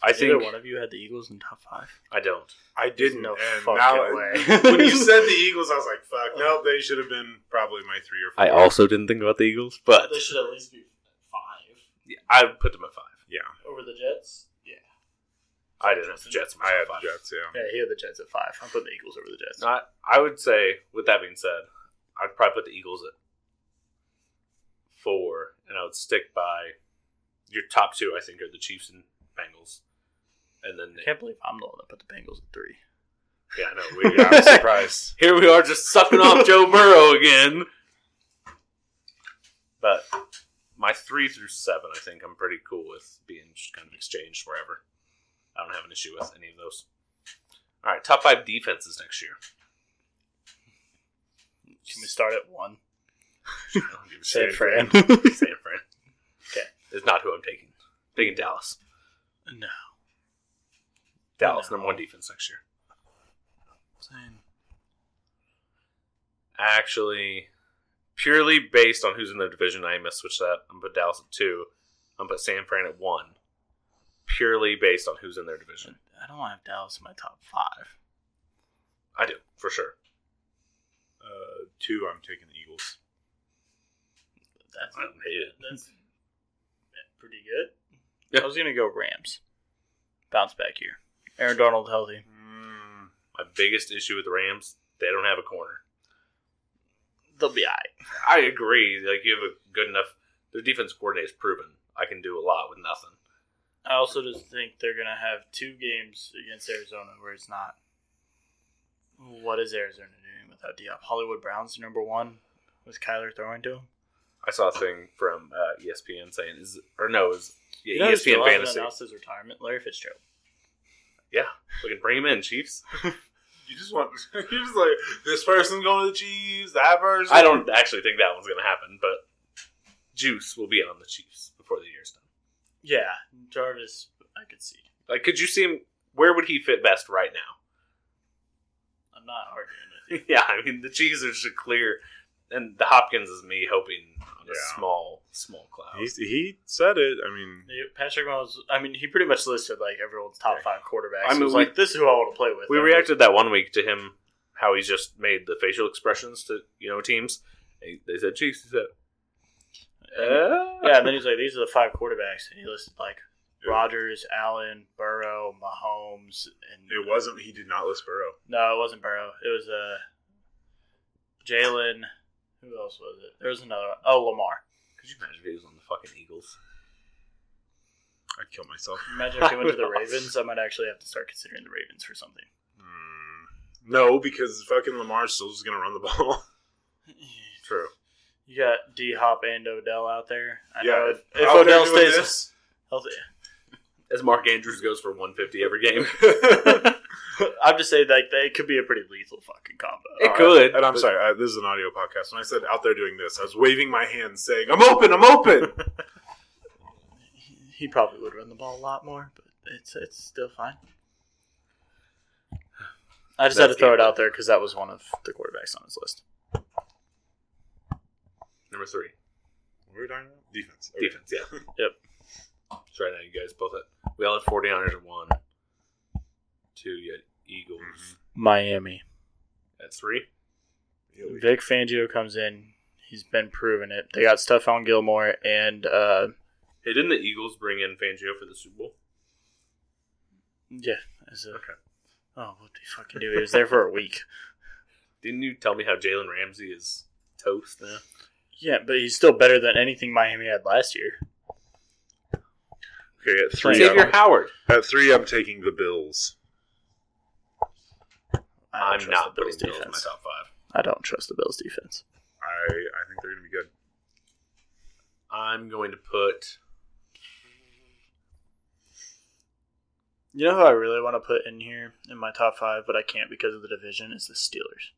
S2: I
S1: Either
S2: think
S1: one of you had the Eagles in top five.
S2: I don't.
S3: I
S1: There's
S3: didn't.
S1: no
S3: and
S1: fucking
S3: now,
S1: way.
S3: when you said the Eagles, I was like, "Fuck, no, they should have been probably my three or four.
S2: didn't think about the Eagles, but
S1: should at least be five
S2: I put them at five.
S1: over the Jets. Yeah,
S2: I didn't have the Jets.
S3: I had
S2: five.
S3: the Jets. Yeah,
S1: yeah, he had the Jets at five. I'm putting the Eagles over the Jets.
S2: I, I would say, with that being said, I'd probably put the Eagles at four, and I would stick by your top two. I think are the Chiefs and Bengals, and then
S1: I can't believe I'm the one that put the Bengals at three.
S2: yeah, I know we
S3: yeah I'm surprised.
S2: here we are just sucking off Joe Burrow again. But my three through seven, I think I'm pretty cool with being just kind of exchanged wherever. I don't have an issue with any of those. All right, top five defenses next year.
S1: Can we start at one?
S2: I don't give a shit.
S1: Fran.
S2: San Fran. Okay, it's not who I'm taking. I'm taking Dallas.
S1: no.
S2: Dallas
S1: No.
S2: number one defense next year.
S1: Saying
S2: Actually, purely based on who's in their division, I must switch that. I'm gonna put Dallas at two. I'm gonna put San Fran at one. Purely based on who's in their division,
S1: I don't have Dallas in my top five.
S2: I do for sure.
S3: Uh, two, I'm taking the Eagles.
S1: That's
S2: I don't hate it.
S1: that's pretty good.
S2: Yeah.
S1: I was gonna go Rams. Bounce back here. Aaron Donald healthy.
S3: Mm,
S2: My biggest issue with the Rams, they don't have a corner.
S1: They'll be alright.
S2: I agree. Like you have a good enough. Their defense coordinator's proven I can do a lot with nothing.
S1: I also just think they're gonna have two games against Arizona where it's not. What is Arizona doing without Diop? Hollywood Brown's number one with Kyler throwing to him.
S2: I saw a thing from uh, ESPN saying is or no is
S1: You
S2: yeah, E
S1: know who still
S2: ESPN
S1: hasn't
S2: fantasy.
S1: announced his retirement. Larry Fitzgerald.
S2: Yeah, we can bring him in, Chiefs.
S3: you just want you're just like this person's going to the Chiefs, that person.
S2: I don't actually think that one's going to happen, but Juice will be on the Chiefs before the year's done.
S1: Yeah, Jarvis. I could see.
S2: Like, could you see him? Where would he fit best right now?
S1: I'm not arguing with
S2: yeah, I mean the Chiefs are just a clear, and the Hopkins is me hoping on a
S3: Yeah.
S2: small, small cloud.
S3: He's, he said it. I mean,
S1: you. Patrick Mahomes. I mean, he pretty much listed like everyone's top
S2: Yeah.
S1: five quarterbacks.
S2: I
S1: I
S2: mean,
S1: was
S2: we-
S1: like, this is who I want to play with.
S2: we
S1: And
S2: reacted that one week to him how he's just made the facial expressions to you know teams. They, they said Chiefs. He said, "Uh."
S1: yeah, and then he's like, these are the five quarterbacks, and he listed like
S3: Yeah.
S1: Rodgers, Allen, Burrow, Mahomes, and
S3: it wasn't. He did not list Burrow.
S1: No, it wasn't Burrow. It was uh, Jalen. Who else was it? There was another. One. Oh, Lamar.
S2: Could you imagine if he was on the fucking Eagles?
S3: I'd kill myself.
S1: Imagine if he went to the Ravens. I might actually have to start considering the Ravens for something.
S3: Mm, no, because fucking Lamar's still just gonna run the ball.
S2: True.
S1: You got D Hop and Odell out there. I know if, if
S3: out there
S1: Odell
S3: doing
S1: stays healthy,
S2: As Mark Andrews goes for 150 every game,
S3: this-
S1: I'm just saying like they could be a pretty lethal fucking combo.
S2: It could,
S3: And I'm
S2: but-
S3: sorry, I, this is an audio podcast. When I said out there doing this, I was waving my hand saying, I'm open, I'm open.
S1: He probably would run the ball a lot more, but it's it's still fine. I just had
S2: That's
S1: to throw it
S2: game.
S1: out there because that was one of the quarterbacks on his list.
S2: number three.
S3: what were we talking about? Defense. Okay.
S2: Defense, yeah.
S1: Yep.
S2: So right now you guys both had we all had 49ers at one. Two, you had Eagles
S1: Mm-hmm. Miami.
S2: at three.
S3: Really?
S1: Vic Fangio comes in. He's been proving it. They got Stephon Gilmore and uh,
S2: Hey, didn't the Eagles bring in Fangio for the Super Bowl?
S1: Yeah. As a,
S2: Okay.
S1: Oh, what do you fucking do? He was there for a week.
S2: Didn't you tell me how Jalen Ramsey is toast now?
S1: Yeah, but he's still better than anything Miami had last year.
S3: Okay, at three,
S2: Xavier
S3: I'm,
S2: Howard.
S3: at three, I'm taking the Bills.
S1: don't
S2: I'm
S1: trust
S2: not
S1: the
S2: putting
S1: Bills
S2: Bills in my
S1: defense.
S2: top five.
S1: I don't trust the Bills defense.
S3: I I think they're going to be good.
S2: I'm going to put.
S1: You know who I really want to put in here in my top five, but I can't because of the division, is the Steelers.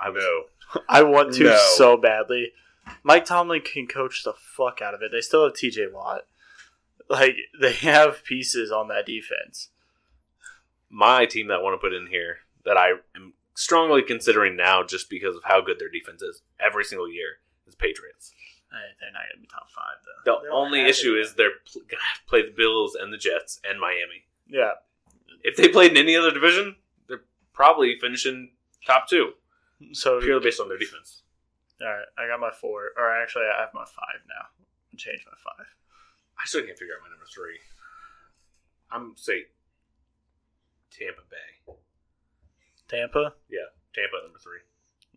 S2: I was,
S3: know.
S1: I want to
S3: No.
S1: so badly. Mike Tomlin can coach the fuck out of it. They still have TJ Watt. Like, they have pieces on that defense.
S2: my team that I want to put in here that I am strongly considering now just because of how good their defense is every single year is Patriots.
S1: Eh, They're not going to be top five, though.
S2: The only issue is they're pl- gonna have to play the Bills and the Jets and Miami.
S1: Yeah.
S2: If they played in any other division, they're probably finishing top two
S1: So,
S2: purely based on their defense.
S1: all right, I got my four. Or actually, I have my five now. I changed my five.
S2: I still can't figure out my number three. I'm say Tampa Bay.
S1: Tampa,
S2: Yeah, Tampa at number three.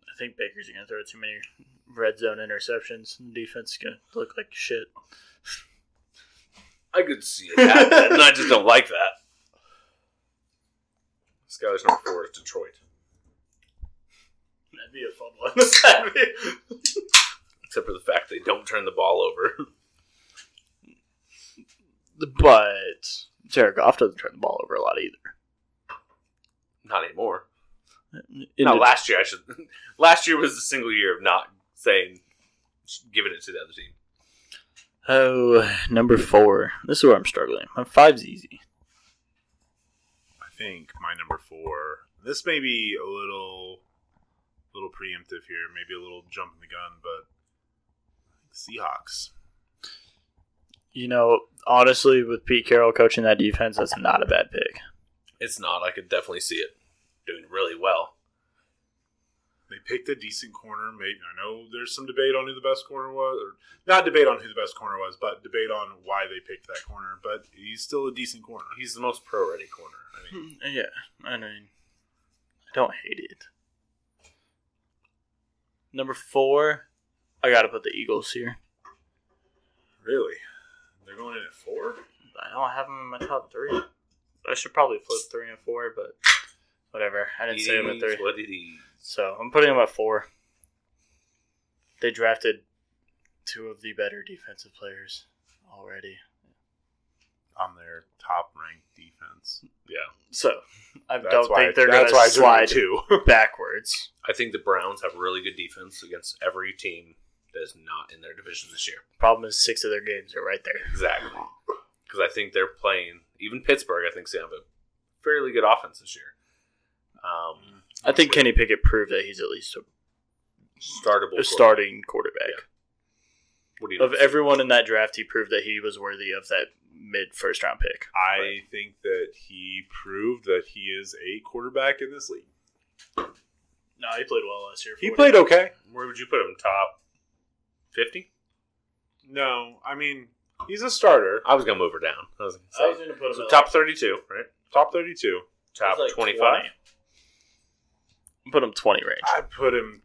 S1: I think Baker's going to throw too many red zone interceptions. and The defense is going to look like shit.
S2: I could see it happen. and I just don't like that. Skyler's number four is Detroit.
S1: That'd be a fun one. That'd be-
S2: except for the fact they don't turn the ball over.
S1: But Jared Goff doesn't turn the ball over a lot either.
S2: Not anymore.
S1: In
S2: no,
S1: the-
S2: last year I should. Last year was the single year of not saying, giving it to the other team.
S1: oh, number four. This is where I'm struggling. My five's easy.
S3: I think my number four. This may be a little, little preemptive here. Maybe a little jumping the gun, but Seahawks.
S1: You know, honestly, with Pete Carroll coaching that defense, that's not a bad pick.
S2: It's not. I could definitely see it doing really well.
S3: They picked a decent corner. Maybe I know there's some debate on who the best corner was, or not debate on who the best corner was, but debate on why they picked that corner. But he's still a decent corner.
S2: He's the most pro-ready corner. I mean,
S1: Hmm, Yeah, I mean, I don't hate it. Number four, I got to put the Eagles here.
S3: Really, they're going in at four.
S1: I don't have them in my top three. I should probably flip three and four, but whatever. I didn't say them at
S2: Ease,
S1: three.
S2: What did he?
S1: So I'm putting them at four. They drafted two of the better defensive players already.
S3: On their top ranked defense.
S2: Yeah,
S1: So I don't think they're going
S3: that's why I
S1: to
S3: took them
S1: slide
S3: two.
S1: backwards.
S2: I think the Browns have really good defense against every team that is not in their division this year.
S1: Problem is, six of their games are right there.
S2: Exactly. Because I think they're playing even Pittsburgh. I think they have a fairly good offense this year. Um,
S1: I think Kenny Pickett proved that he's at least a,
S2: startable.
S1: a
S2: quarterback.
S1: starting quarterback.
S2: What do you
S1: Of everyone in that draft, he proved that he was worthy of that mid first round pick.
S3: I
S2: Right.
S3: think that he proved that he is a quarterback in this league.
S1: No, he played well last year.
S3: He played okay.
S2: Where would you put him? Top fifty?
S3: No, I mean he's a starter.
S2: I was gonna move her down. I was
S1: I
S2: gonna
S1: was
S2: say
S1: going to put him
S2: so
S1: at
S2: top thirty-two, right?
S3: Top thirty-two.
S2: Top
S1: like
S2: twenty-five.
S1: 20. put him twenty range,
S3: I put him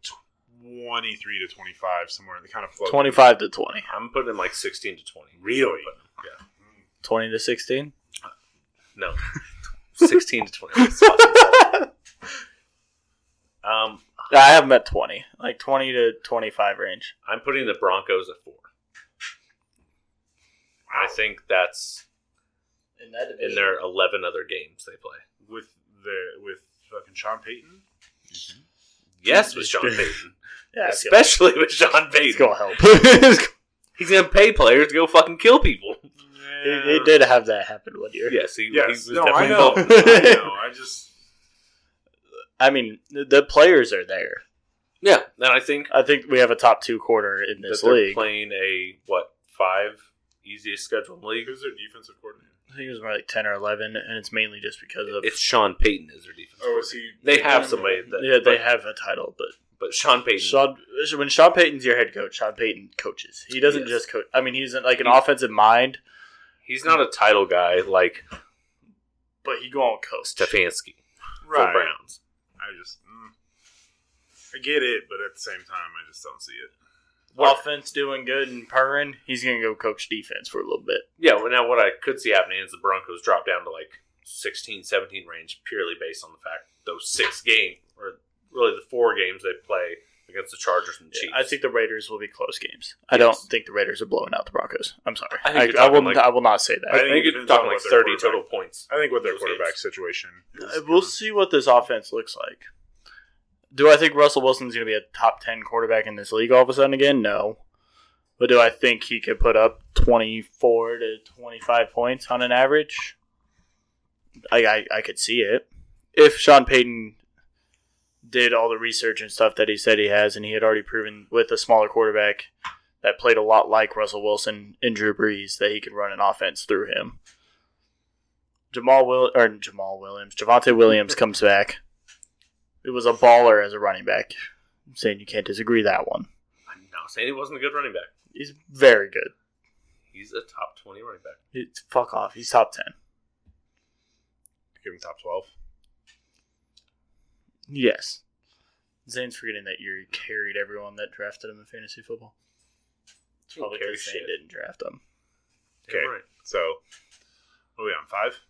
S3: twenty-three to twenty-five somewhere. They kind of float.
S1: twenty five to 20.
S2: I'm putting him like sixteen to twenty.
S3: Really?
S2: Yeah.
S1: 20 to sixteen.
S2: No. sixteen to twenty. That's fucking dumb. um,
S1: I have them at 20, like 20 to 25 range.
S2: I'm putting the Broncos at four. I think that's
S1: In that
S2: in their eleven other games they play.
S3: with the with fucking Sean Payton.
S2: Yes, with Sean Payton,
S1: yeah, it's gonna-
S2: especially with Sean
S1: it's
S2: Payton.
S1: gonna help. It's gonna-
S2: He's gonna pay players to go fucking kill people.
S1: he, he did have that happen one year.
S2: Yes, he, he
S3: Yes.
S2: was
S3: No,
S2: definitely
S3: I know.
S2: involved.
S3: I know. I just
S1: I mean, the- the players are there.
S2: Yeah, and I think
S1: I think we have a top two quarter in this
S2: that they're
S1: league.
S2: playing a what five easiest schedule in the league.
S3: who's their defensive coordinator?
S1: I think it was more like 10 or 11, and it's mainly just because of
S2: It's Sean Payton is their defense.
S3: Oh, is he?
S2: They have somebody that
S1: yeah, they
S2: but,
S1: have a title, but
S2: but Sean Payton.
S1: Sean, when Sean Payton's your head coach, Sean Payton coaches. He doesn't
S2: Yes.
S1: just coach. I mean, he's like an
S2: He-
S1: offensive mind.
S2: he's not a title guy like
S1: but he going coast.
S2: Stefanski for
S3: Right.
S2: Browns.
S3: I just mm, I get it, but at the same time, I just don't see it.
S1: Offense doing good and purring. He's gonna go coach defense for a little bit.
S2: Yeah, well, now what I could see happening is the Broncos drop down to like 16, 17 range purely based on the fact those six games, or really the four games they play against the Chargers and the Chiefs.
S1: I think the Raiders will be close games. I
S2: Yes.
S1: don't think the Raiders are blowing out the Broncos. I'm sorry.
S2: I think
S1: I,
S2: you're
S1: I, will.
S2: talking like-
S1: I will not say that.
S2: I
S3: I
S2: think,
S3: think it
S2: you're
S3: depends on
S2: talking like
S3: what their
S2: 30 total points.
S3: I think with their
S2: Those
S3: quarterback
S2: games.
S3: situation, is,
S1: Uh, We'll see what this offense looks like. Do I think Russell Wilson's going to be a top 10 quarterback in this league all of a sudden again? No. But do I think he could put up 24 to 25 points on an average? I, I, I could see it. If Sean Payton did all the research and stuff that he said he has, and he had already proven with a smaller quarterback that played a lot like Russell Wilson and Drew Brees that he could run an offense through him. Jamal Will or Jamal Williams, Javante Williams comes back. It was a baller as a running back. I'm saying you can't disagree that one.
S2: I'm not saying he wasn't a good running back.
S1: He's very good.
S2: He's a top 20 running back.
S1: It's, fuck off. He's top ten.
S3: give him top twelve.
S1: Yes. Zane's forgetting that year he carried everyone that drafted him in fantasy football. It's
S2: He didn't
S1: probably
S2: carry
S1: because Zane
S2: shit.
S1: didn't draft him.
S2: Damn
S3: Okay.
S2: right.
S3: So, what are we on five?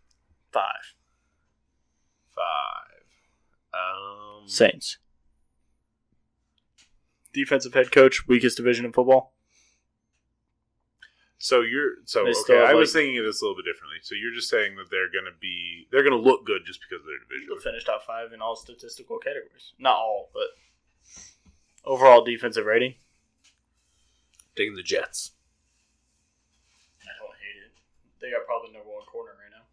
S1: Five.
S2: Five.
S1: Mm.
S2: Um,
S1: Saints. Defensive head coach, weakest division in football.
S3: So you're so
S1: They still
S3: okay.
S1: have,
S3: I was
S1: like-
S3: thinking of this a little bit differently. So you're just saying that they're going to be they're going to look good just because of their
S1: They'll
S3: division.
S1: finish top five in all statistical categories. Not all, but overall defensive rating.
S2: Taking the Jets.
S1: I don't hate it. They got probably number one corner right now.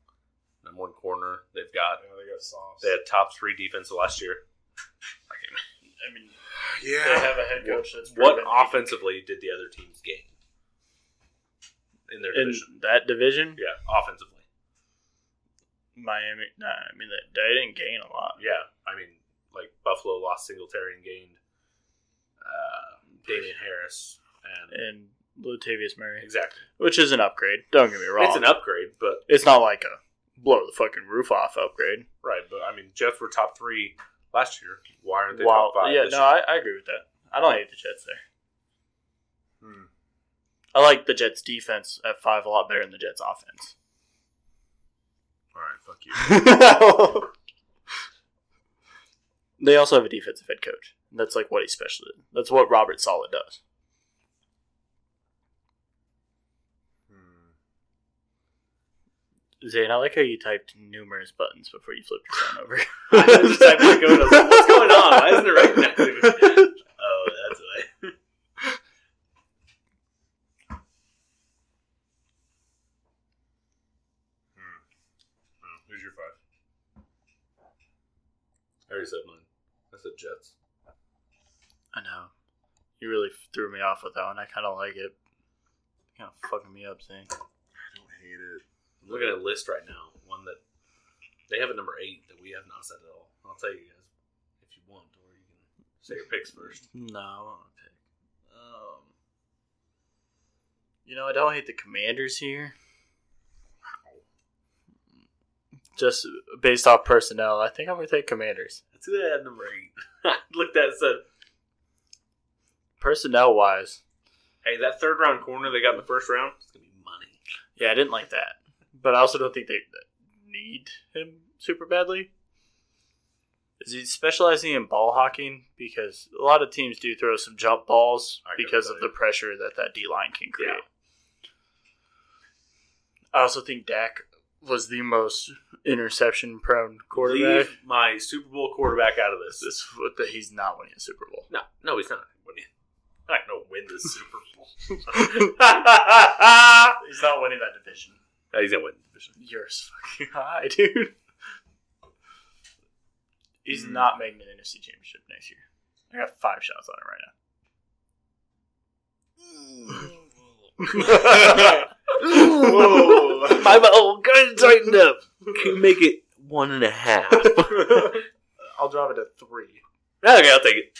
S2: Number one corner. They've got
S3: Yeah, they got sauce.
S2: they had top three defense last year.
S1: I mean, they
S3: Yeah,
S1: have a head coach that's
S2: What
S1: proven-
S2: offensively did the other teams gain in their
S1: in
S2: division?
S1: that division.
S2: yeah, offensively.
S1: Miami. Nah, I mean they, they didn't gain a lot.
S2: Yeah, I mean, like Buffalo lost Singletary and gained uh, Damian Harris,
S1: And
S2: and
S1: Latavius Murray,
S2: exactly,
S1: which is an upgrade. Don't get me wrong.
S2: it's an upgrade, but
S1: It's not like a blow the fucking roof off upgrade.
S2: right, but I mean, Jets were top three last year. Why aren't they
S1: Wow.
S2: top five?
S1: Yeah.
S2: this
S1: No,
S2: year?
S1: I, I agree with that. I don't hate the Jets there.
S3: Hmm.
S1: I like the Jets defense at five a lot better than the Jets offense.
S3: All right, fuck you.
S1: they also have a defensive head coach. That's like what he special. That's what Robert Sala does.
S3: Hmm.
S1: Zane, I like how you typed numerous buttons before you flipped your phone over.
S2: I was just like, "What's going on? What's going on? Why isn't it recognizing me?" Oh, that's why.
S3: Hmm. Hmm. Who's your five?
S2: I already said mine. I said Jets.
S1: I know. You really threw me off with that one. I kind of like it. Kind of fucking me up, Zane.
S3: I don't hate it.
S2: I'm looking at a list right now. One that they have at number eight that we have not said at all. I'll tell you guys if you want, or you can say your picks first.
S1: No, I want to pick.
S2: Um,
S1: You know, I don't hate the Commanders here. Just based off personnel, I think I'm gonna take Commanders.
S2: That's who they had number eight. I looked at it and said,
S1: Personnel wise,
S2: hey, that third round corner they got in the first round, it's going to be money.
S1: yeah, I didn't like that, but I also don't think they need him super badly. Is he specializing in ball hawking? Because a lot of teams do throw some jump balls
S2: I couldn't
S1: because of
S2: tell
S1: the
S2: you.
S1: pressure that that D line can create.
S2: Yeah.
S1: I also think Dak was the most interception prone quarterback.
S2: Leave my Super Bowl quarterback out of this.
S1: This is what the, he's not winning a Super Bowl.
S2: no, no, he's not. What do you- I'm not going to win this Super Bowl.
S1: he's not winning that division.
S2: No, he's going to win the division.
S1: Yours fucking high, dude. He's
S3: Hmm.
S1: not making an NFC Championship next year. I got five shots on it right now.
S3: Whoa.
S2: My old gun tightened up. Can you make it one and a half? okay,
S1: I'll drop it to three.
S2: I'll take it.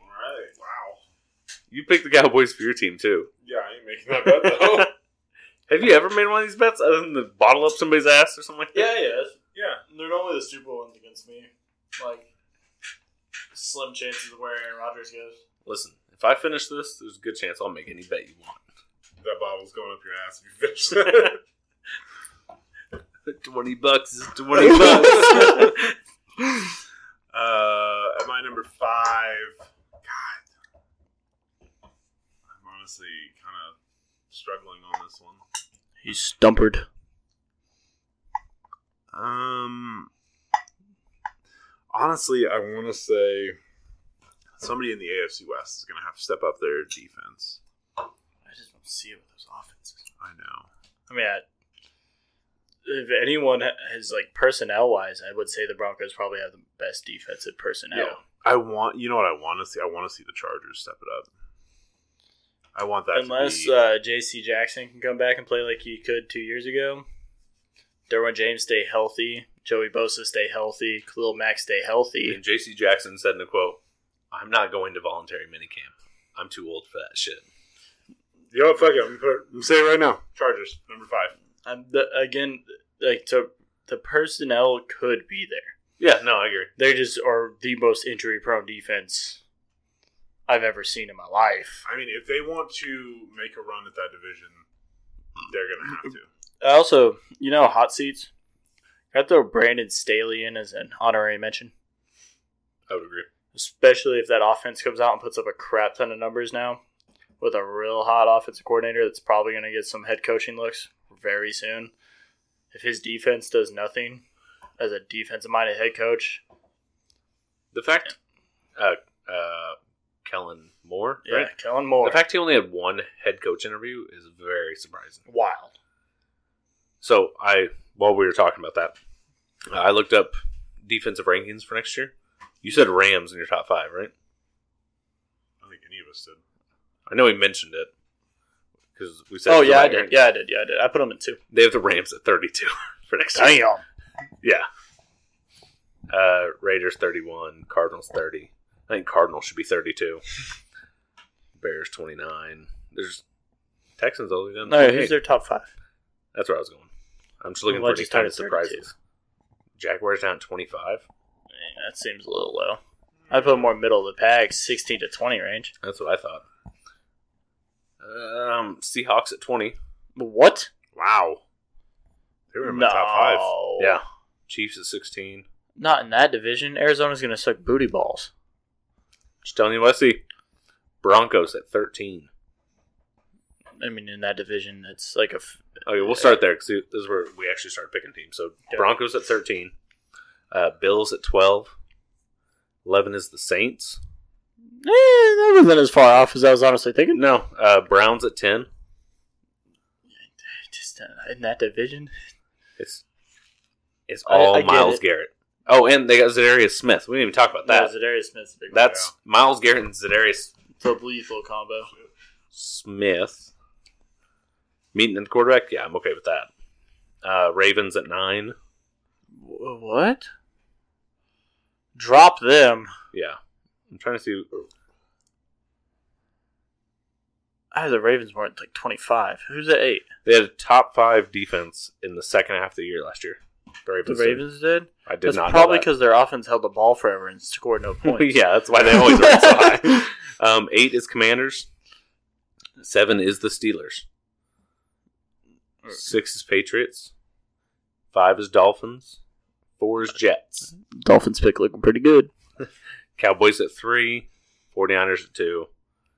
S3: All right. Wow.
S2: You picked the Cowboys for your team, too.
S3: Yeah, I ain't making that bet though.
S2: Have you ever made one of these bets other than to bottle up somebody's ass or something like that?
S5: Yeah, yeah.
S3: Yeah.
S5: They're normally the stupid ones against me. Like, slim chances of where Aaron Rodgers goes.
S2: Listen, if I finish this, there's a good chance I'll make any bet you want.
S3: That bottle's going up your ass if you finish that.
S2: 20 bucks is 20 bucks.
S3: Uh, at my number five, God, I'm honestly kind of struggling on this one.
S1: He's stumpered.
S3: Um, honestly, I want to say somebody in the AFC West is going to have to step up their defense.
S1: I just don't see it with those offenses.
S3: I know.
S1: I mean, I, if anyone has like personnel wise, I would say the Broncos probably have the best defensive personnel.
S2: Yeah.
S3: I want you know what I want to see. I want to see the Chargers step it up. I want that.
S1: Unless
S3: to be,
S1: uh, J.C. Jackson can come back and play like he could two years ago, Derwin James stay healthy, Joey Bosa stay healthy, Khalil Mack stay healthy.
S2: and JC Jackson said in a quote, I'm not going to voluntary minicamp. I'm too old for that shit.
S3: yo, fuck it. I'm, gonna put- I'm saying it right now, Chargers number five.
S1: Um, the, again, like to, the personnel could be there.
S2: Yeah, no, I agree.
S1: They just are the most injury prone defense I've ever seen in my life.
S3: I mean, if they want to make a run at that division, they're going to have to.
S1: I Uh, also, you know, hot seats. I throw Brandon Staley in as an honorary mention,
S2: I would agree.
S1: especially if that offense comes out and puts up a crap ton of numbers now with a real hot offensive coordinator that's probably going to get some head coaching looks very soon. If his defense does nothing as a defensive minded head coach,
S2: The fact, uh, uh, Kellen Moore,
S1: yeah,
S2: right?
S1: Kellen Moore,
S2: The fact he only had one head coach interview is very surprising.
S1: wild.
S2: So I, while we were talking about that, uh, I looked up defensive rankings for next year. You said Rams in your top five, right?
S3: I don't think any of us did.
S2: I know he mentioned it because we said.
S1: Oh yeah, I
S2: Right
S1: did.
S2: here.
S1: Yeah, I did. Yeah, I did. I put him in two.
S2: they have the Rams at thirty-two for next year.
S1: Damn.
S2: Yeah, uh, Raiders thirty-one, Cardinals thirty. I think Cardinals should be thirty-two. Bears twenty-nine. There's Texans only done.
S1: No, who's
S2: 28.
S1: their top five?
S2: That's where I was going. I'm just looking
S1: Well,
S2: for any
S1: just tied
S2: kind of
S1: at 32.
S2: surprises. Jaguars down at twenty-five.
S1: Yeah, that seems a little low. I'd put more middle of the pack, sixteen to twenty range.
S2: That's what I thought. Um, Seahawks at twenty.
S1: What?
S3: Wow. They were in my top five.
S2: Yeah. Chiefs at sixteen.
S1: Not in that division. Arizona's going to suck booty balls.
S2: Just telling you, Wesley. Broncos at thirteen.
S1: I mean, in that division, it's like a. F-
S2: Okay, we'll start there because this is where we actually start picking teams. So
S1: Okay.
S2: Broncos at thirteen. Uh, Bills at twelve. Eleven is the Saints.
S1: eh, that wasn't as far off as I was honestly thinking.
S2: No, uh, Browns at ten.
S1: Just uh, in that division,
S2: It's it's
S1: I-
S2: all
S1: I get
S2: Miles
S1: it.
S2: Garrett. Oh, and they got Zadarius Smith. We didn't even talk about that.
S1: No, Zadarius Smith's a big one.
S2: That's Miles Garrett and Zadarius
S1: It's a lethal combo.
S2: Smith. Meeting at quarterback, yeah, I'm okay with that. Uh, Ravens at nine,
S1: Wh- What? Drop them.
S2: yeah. I'm trying to see.
S1: I had Ah, the Ravens weren't like twenty five. Who's at eight?
S2: They had a top five defense in the second half of the year last year. The
S1: The
S2: Ravens. did.
S1: Ravens did.
S2: I did
S1: That's probably
S2: not. Probably because.
S1: because their offense held the ball forever and scored no points.
S2: yeah, that's why they always rank so high. Um, eight is Commanders. Seven is the Steelers. Six is Patriots. Five is Dolphins. Four is Jets.
S1: Dolphins pick looking pretty good.
S2: Cowboys at three. 49ers at two.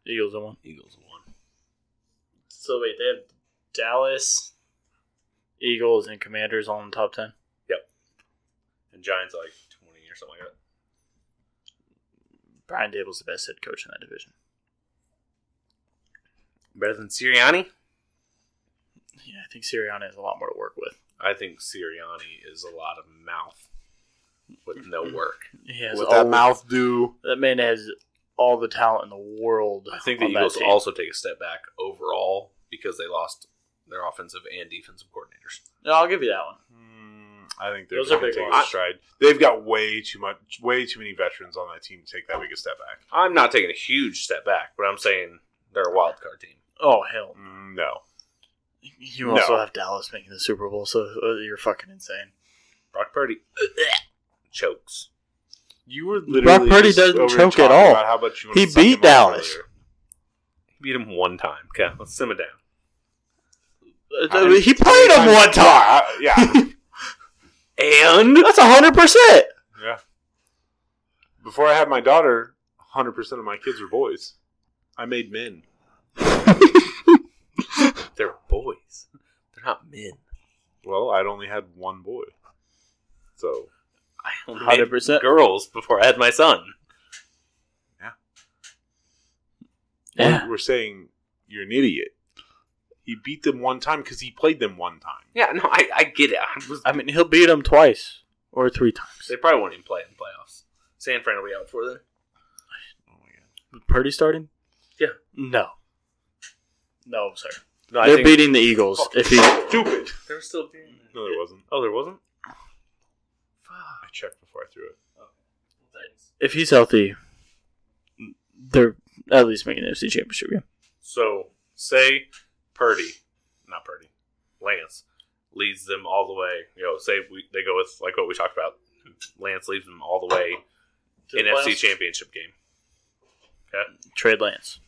S1: Eagles at one.
S2: Eagles at one.
S1: So wait, they have Dallas, Eagles, and Commanders all in the top ten.
S2: And Giants are like 20 or something like that.
S1: Brian Dable's the best head coach in that division.
S2: Better than Sirianni?
S1: Yeah, I think Sirianni has a lot more to work with.
S2: I think Sirianni is a lot of mouth with no work.
S1: He has
S3: What
S1: all,
S3: that mouth do?
S1: That man has all the talent in the world.
S2: I think the
S1: on that
S2: Eagles
S1: team.
S2: also take a step back overall because they lost their offensive and defensive coordinators.
S1: No, I'll give you that one.
S3: Mm, I think they're
S1: Those
S3: going
S1: are
S3: to
S1: big
S3: take a
S1: ones.
S3: stride. They've got way too much, way too many veterans on that team to take that big a step back.
S2: I'm not taking a huge step back, but I'm saying they're a wild card team.
S1: Oh hell,
S3: Mm, no,
S1: You also
S3: No.
S1: have Dallas making the Super Bowl, so uh, you're fucking insane.
S2: Brock Purdy chokes.
S3: You were
S1: Brock Purdy
S3: just
S1: doesn't
S3: over here
S1: choke at
S3: talking
S1: all.
S3: about how much you wanna
S1: He
S3: suck
S1: beat
S3: him off
S1: Dallas.
S3: earlier.
S2: He beat him one time. Okay, let's simmer down.
S1: Uh, he played him one time.
S3: Yeah, I-
S2: And
S1: That's hundred percent.
S3: yeah. yeah. Before I had my daughter, 100% of my kids were boys. I made men.
S2: they're boys. They're not men.
S3: Well, I'd only had one boy. So,
S2: I only made
S1: 100%.
S2: girls before I had my son.
S3: we're-
S1: Yeah.
S3: we're, saying you're an idiot. He beat them one time because he played them one time.
S2: Yeah, no, I, I get it. I was,
S1: I mean, he'll beat him twice or three times.
S2: they probably won't even play in the playoffs. San Fran will be out for them.
S1: Purdy starting?
S2: Yeah.
S1: No. No, sir.
S2: No, I
S1: They're
S2: think
S1: beating the Eagles. If he
S3: Stupid.
S2: they were still doing that.
S3: No, there wasn't.
S2: Oh, there wasn't?
S3: I checked before I threw it.
S1: if he's healthy, they're at least making the NFC Championship game.
S2: So, say Purdy, not Purdy, Lance leads them all the way. You know, say we, they go with like what we talked about. Lance leads them all the way
S5: To the
S2: in NFC
S5: playoffs?
S2: Championship game.
S1: Trade Lance.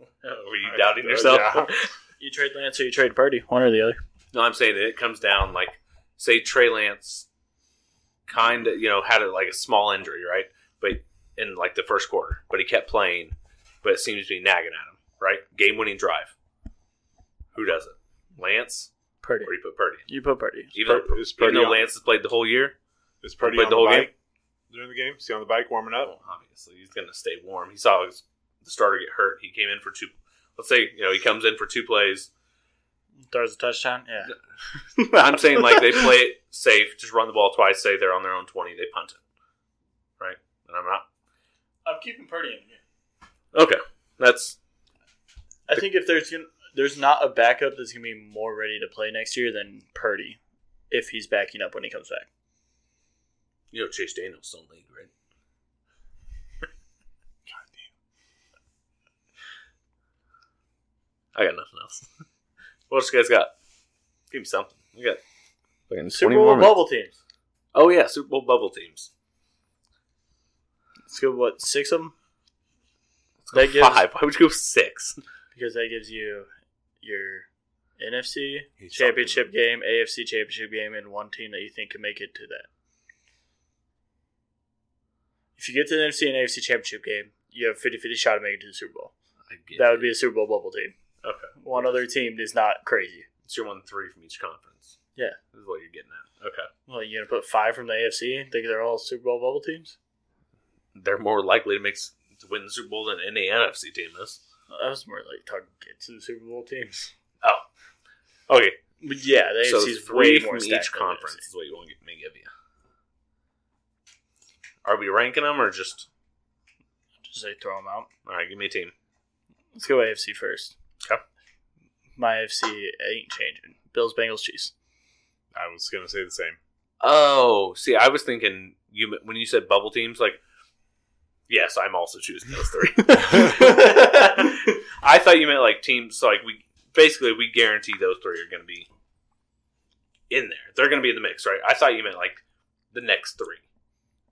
S5: Oh,
S2: Were you
S3: I-
S2: doubting
S3: uh,
S2: yourself?
S3: yeah.
S1: You trade Lance or you trade Purdy, one or the other.
S2: No, I'm saying that it comes down like say Trey Lance kind of you know had a, like a small injury, right? But in like the first quarter, but he kept playing, but it seems to be nagging at him, right? Game winning drive. Who does it? Lance
S1: Purdy.
S2: or you put Purdy?
S1: You put Purdy.
S2: Even,
S3: Pur- is
S2: even
S3: Purdy
S2: though
S3: on-
S2: Lance has played the whole year,
S3: Is Purdy
S2: Played
S3: on
S2: the
S3: the,
S2: whole
S3: bike
S2: game?
S3: during the game? Is he on the bike warming up?
S2: well, obviously he's going to stay warm. He saw his, the starter get hurt. He came in for two. Let's say you know he comes in for two plays.
S1: Throws a touchdown? Yeah.
S2: I'm saying like they play it safe, just run the ball twice. Say they're on their own twenty, they punt it, right? And I'm not
S5: I'm keeping Purdy in here.
S2: Okay, that's
S1: I think if there's gonna, there's not a backup that's going to be more ready to play next year than Purdy if he's backing up when he comes back.
S2: you know Chase Daniels don't league, right? I got nothing else. what else you guys got? Give me something. We got
S1: Super Bowl bubble teams.
S2: oh yeah, Super Bowl bubble teams.
S1: Let's go, what, six of them?
S2: Let's
S1: That
S2: go
S1: gives-
S2: Five. Why would you go six?
S1: Because that gives you your NFC
S3: He's
S1: championship game, AFC championship game, and one team that you think can make it to that. If you get to the NFC and AFC championship game, you have 50 50 shot of making it to the Super Bowl.
S2: I get
S1: That would be a Super Bowl bubble team.
S2: okay.
S1: One other team is not crazy.
S2: It's your one three from each conference.
S1: Yeah.
S2: is what you're getting at. Okay,
S1: Well, you're going to put five from the AFC and think they're all Super Bowl bubble teams?
S2: they're more likely to make s- to win the Super Bowl than any NFC team is.
S1: I was more like talking get to the Super Bowl teams.
S2: Oh, okay.
S1: But yeah, the
S2: so
S1: AFC is
S2: three
S1: way more
S2: from
S1: stacked
S2: each
S1: than the NFC.
S2: conference is what you want me to give you. Are we ranking them or just?
S1: Just say throw them out.
S2: All right, give me a team.
S1: Let's go AFC first.
S2: Okay.
S1: My AFC ain't changing. Bills, Bengals, Chiefs.
S3: I was gonna say the same.
S2: Oh, see, I was thinking you when you said bubble teams, like yes, I'm also choosing those three. I thought you meant like teams, so like we basically we guarantee those three are going to be in there. They're going to be in the mix, right? I thought you meant like the next three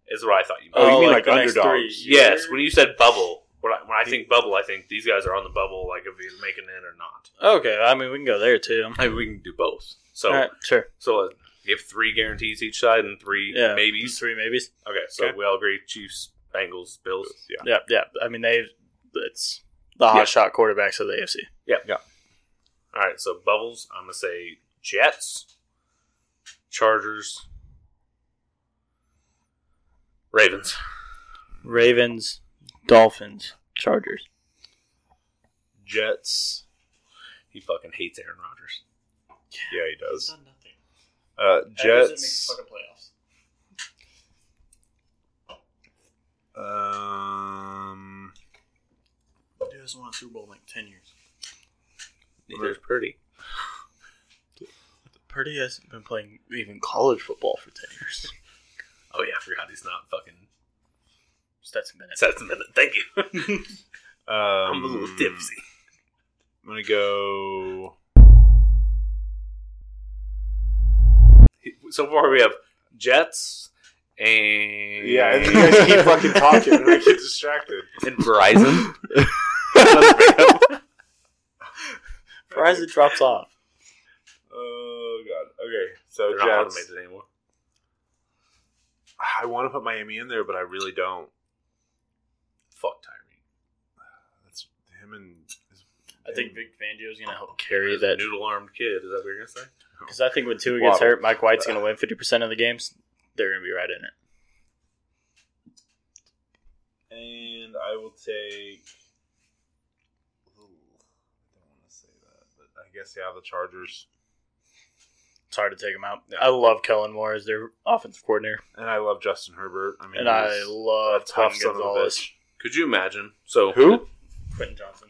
S2: is what I thought you meant.
S3: Oh, you mean like
S1: the next
S3: underdogs?
S1: three years?
S2: Yes, when you said bubble, when I, when I think bubble, I think these guys are on the bubble, like if you're making it or not.
S1: Okay, I mean we can go there too.
S2: I mean, we can do both. So,
S1: All right, sure.
S2: so uh, you have three guarantees each side and three
S1: Yeah,
S2: maybe.
S1: three maybes.
S2: Okay, so
S3: Okay.
S2: we all agree: Chiefs, Bengals, Bills.
S3: Yeah.
S1: Yeah, yeah. I mean they. It's the hot
S2: Yeah.
S1: shot quarterbacks of the AFC.
S2: All right, so bubbles. I'm gonna say Jets, Chargers, Ravens.
S1: Ravens, Dolphins, Chargers.
S3: Jets.
S2: He fucking hates Aaron Rodgers.
S3: Yeah, he
S5: He's
S3: does.
S5: done nothing.
S3: Uh,
S5: That doesn't make the
S3: Jets.
S5: fucking playoffs.
S3: Um,
S1: He hasn't won a Super Bowl in like ten years.
S2: Neither's pretty.
S1: Purdy hasn't been playing even college football for ten years.
S2: Oh yeah, I forgot he's not fucking
S1: Stetson Bennett.
S2: Seth Bennett. Thank you.
S3: um,
S2: I'm a little tipsy.
S3: I'm gonna go.
S2: So far we have Jets and
S3: Yeah,
S2: and,
S3: and you guys keep fucking talking, and I get distracted.
S2: Verizon.
S1: Verizon drops off.
S3: Oh god. Okay, so
S2: They're not
S3: Jets.
S2: automated anymore.
S3: I want to put Miami in there, but I really don't.
S2: Fuck Tyree.
S3: That's him and.
S1: I think Vic Fangio's gonna help carry
S2: Harry,
S1: that
S2: noodle armed kid. Is that what you're gonna say?
S1: because I think when Tua gets
S3: Waddle.
S1: hurt, Mike White's gonna win fifty percent of the games. They're gonna be right in it.
S3: And I will take. Ooh, I don't want to say that, but I guess yeah, the Chargers.
S1: It's hard to take them out.
S3: Yeah.
S1: I love Kellen Moore as their offensive coordinator,
S3: And I love Justin Herbert. I mean,
S1: and I
S3: he's
S1: love
S3: tough
S1: Quentin
S3: son of a
S1: Gonzalez.
S3: bitch.
S2: Could you imagine? So
S3: Who?
S1: Quentin Johnson.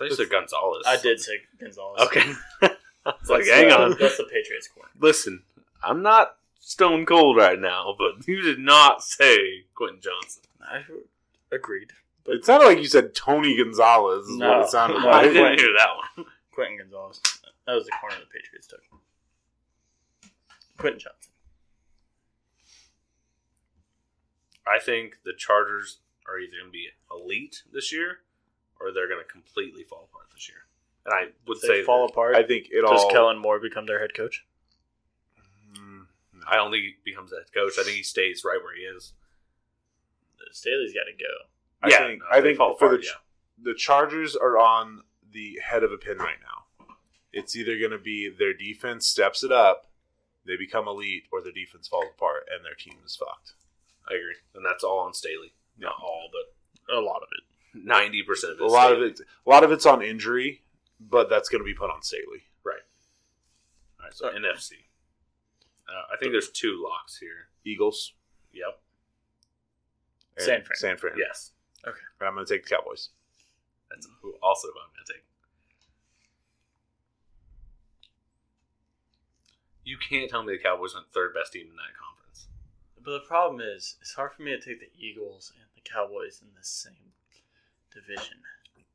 S2: They said Gonzalez.
S1: I did say Gonzalez.
S2: Okay. I was like,
S1: That's
S2: hang
S1: the-
S2: on.
S1: That's the Patriots corner.
S2: Listen, I'm not stone cold right now, but you did not say Quentin Johnson.
S1: I agreed.
S3: It sounded like you said Tony Gonzalez. Is
S1: No.
S3: what it sounded
S1: No.
S2: I
S3: like.
S2: didn't
S1: Quentin.
S2: hear that one.
S1: Quentin Gonzalez. That was the corner the Patriots took. Quentin Johnson.
S2: I think the Chargers are either going to be elite this year, or they're going to completely fall apart this year. And I would
S1: They
S2: say
S1: fall
S2: that
S1: apart.
S3: I think it
S1: Does
S3: all.
S1: Kellen Moore become their head coach?
S3: Mm,
S2: I don't think he becomes that coach. I think he stays right where he is.
S1: Staley's got to go.
S3: I
S2: yeah,
S3: think.
S2: no,
S3: I
S2: they
S3: think
S2: fall
S3: for
S2: apart,
S3: the
S2: yeah.
S3: the Chargers are on the head of a pin right now. It's either going to be their defense steps it up, they become elite, or their defense falls apart and their team is fucked.
S2: I agree, and that's all on Staley. Not all, but
S1: A lot of it.
S2: ninety percent of it.
S3: A lot of it, a lot of it's on injury, but that's going to be put on Staley.
S2: All right, so NFC. Uh, I think there's two locks here.
S3: Eagles,
S2: Yep.
S3: and
S1: San Fran.
S3: San Fran.
S2: Yes.
S3: And I'm going to take the Cowboys.
S2: That's who also I'm going to take. You can't tell me the Cowboys are the third best team in that conference.
S1: But the problem is, it's hard for me to take the Eagles and the Cowboys in the same division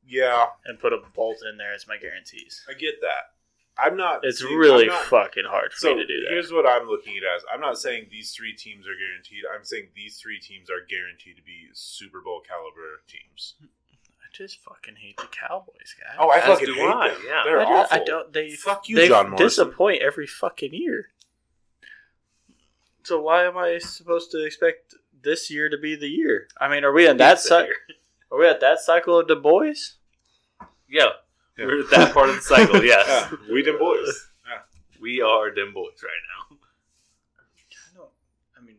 S3: Yeah,
S1: and put a bolt in there as my guarantees.
S3: I get that. I'm not.
S1: It's
S3: see,
S1: really
S3: I'm not-
S1: fucking hard for
S3: So
S1: me to do that.
S3: here's what I'm looking at as I'm not saying these three teams are guaranteed. I'm saying these three teams are guaranteed to be Super Bowl caliber teams.
S1: I just fucking hate the Cowboys, guys.
S3: Oh, I
S2: As
S3: fucking
S2: do
S3: hate
S2: I,
S3: them.
S2: yeah.
S3: They're
S1: I don't,
S3: awful.
S1: I don't. They
S3: Fuck you,
S1: they
S3: John Morrison.
S1: disappoint every fucking year. So why am I supposed to expect this year to be the year? I mean, are we in that
S2: It's
S1: cycle? Are we at that cycle of the boys?
S2: Yeah.
S3: Yeah.
S2: We're at that part of the cycle, yes.
S3: Yeah, we them boys.
S2: We are dim boys right now.
S1: I don't. I mean,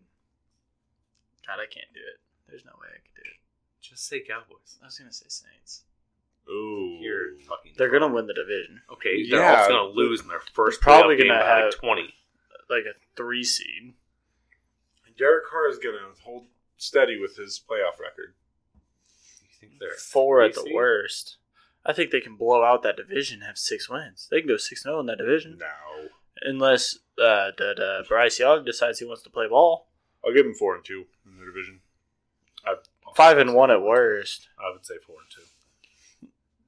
S1: God, I can't do it. There's no way I could do it.
S2: Just say Cowboys.
S1: I was gonna say Saints.
S3: Ooh,
S2: You're fucking.
S1: They're gonna win the division,
S2: Okay, they're
S3: Yeah.
S2: also going to lose in their first
S1: Probably
S2: probably going
S1: gonna
S2: to have
S1: have-
S2: 20.
S1: like a three seed.
S3: Derek Carr is gonna hold steady with his playoff record.
S2: You think they're
S1: Four at
S2: three
S1: the
S2: seed?
S1: worst. I think they can blow out that division, and have six wins. They can go six zero in that
S3: Mm.
S1: division,
S3: No,
S1: unless uh, that uh, Bryce Young decides he wants to play ball.
S3: I'll give him four and two in the division.
S1: Five and one at worst.
S2: I would say 4 and 2.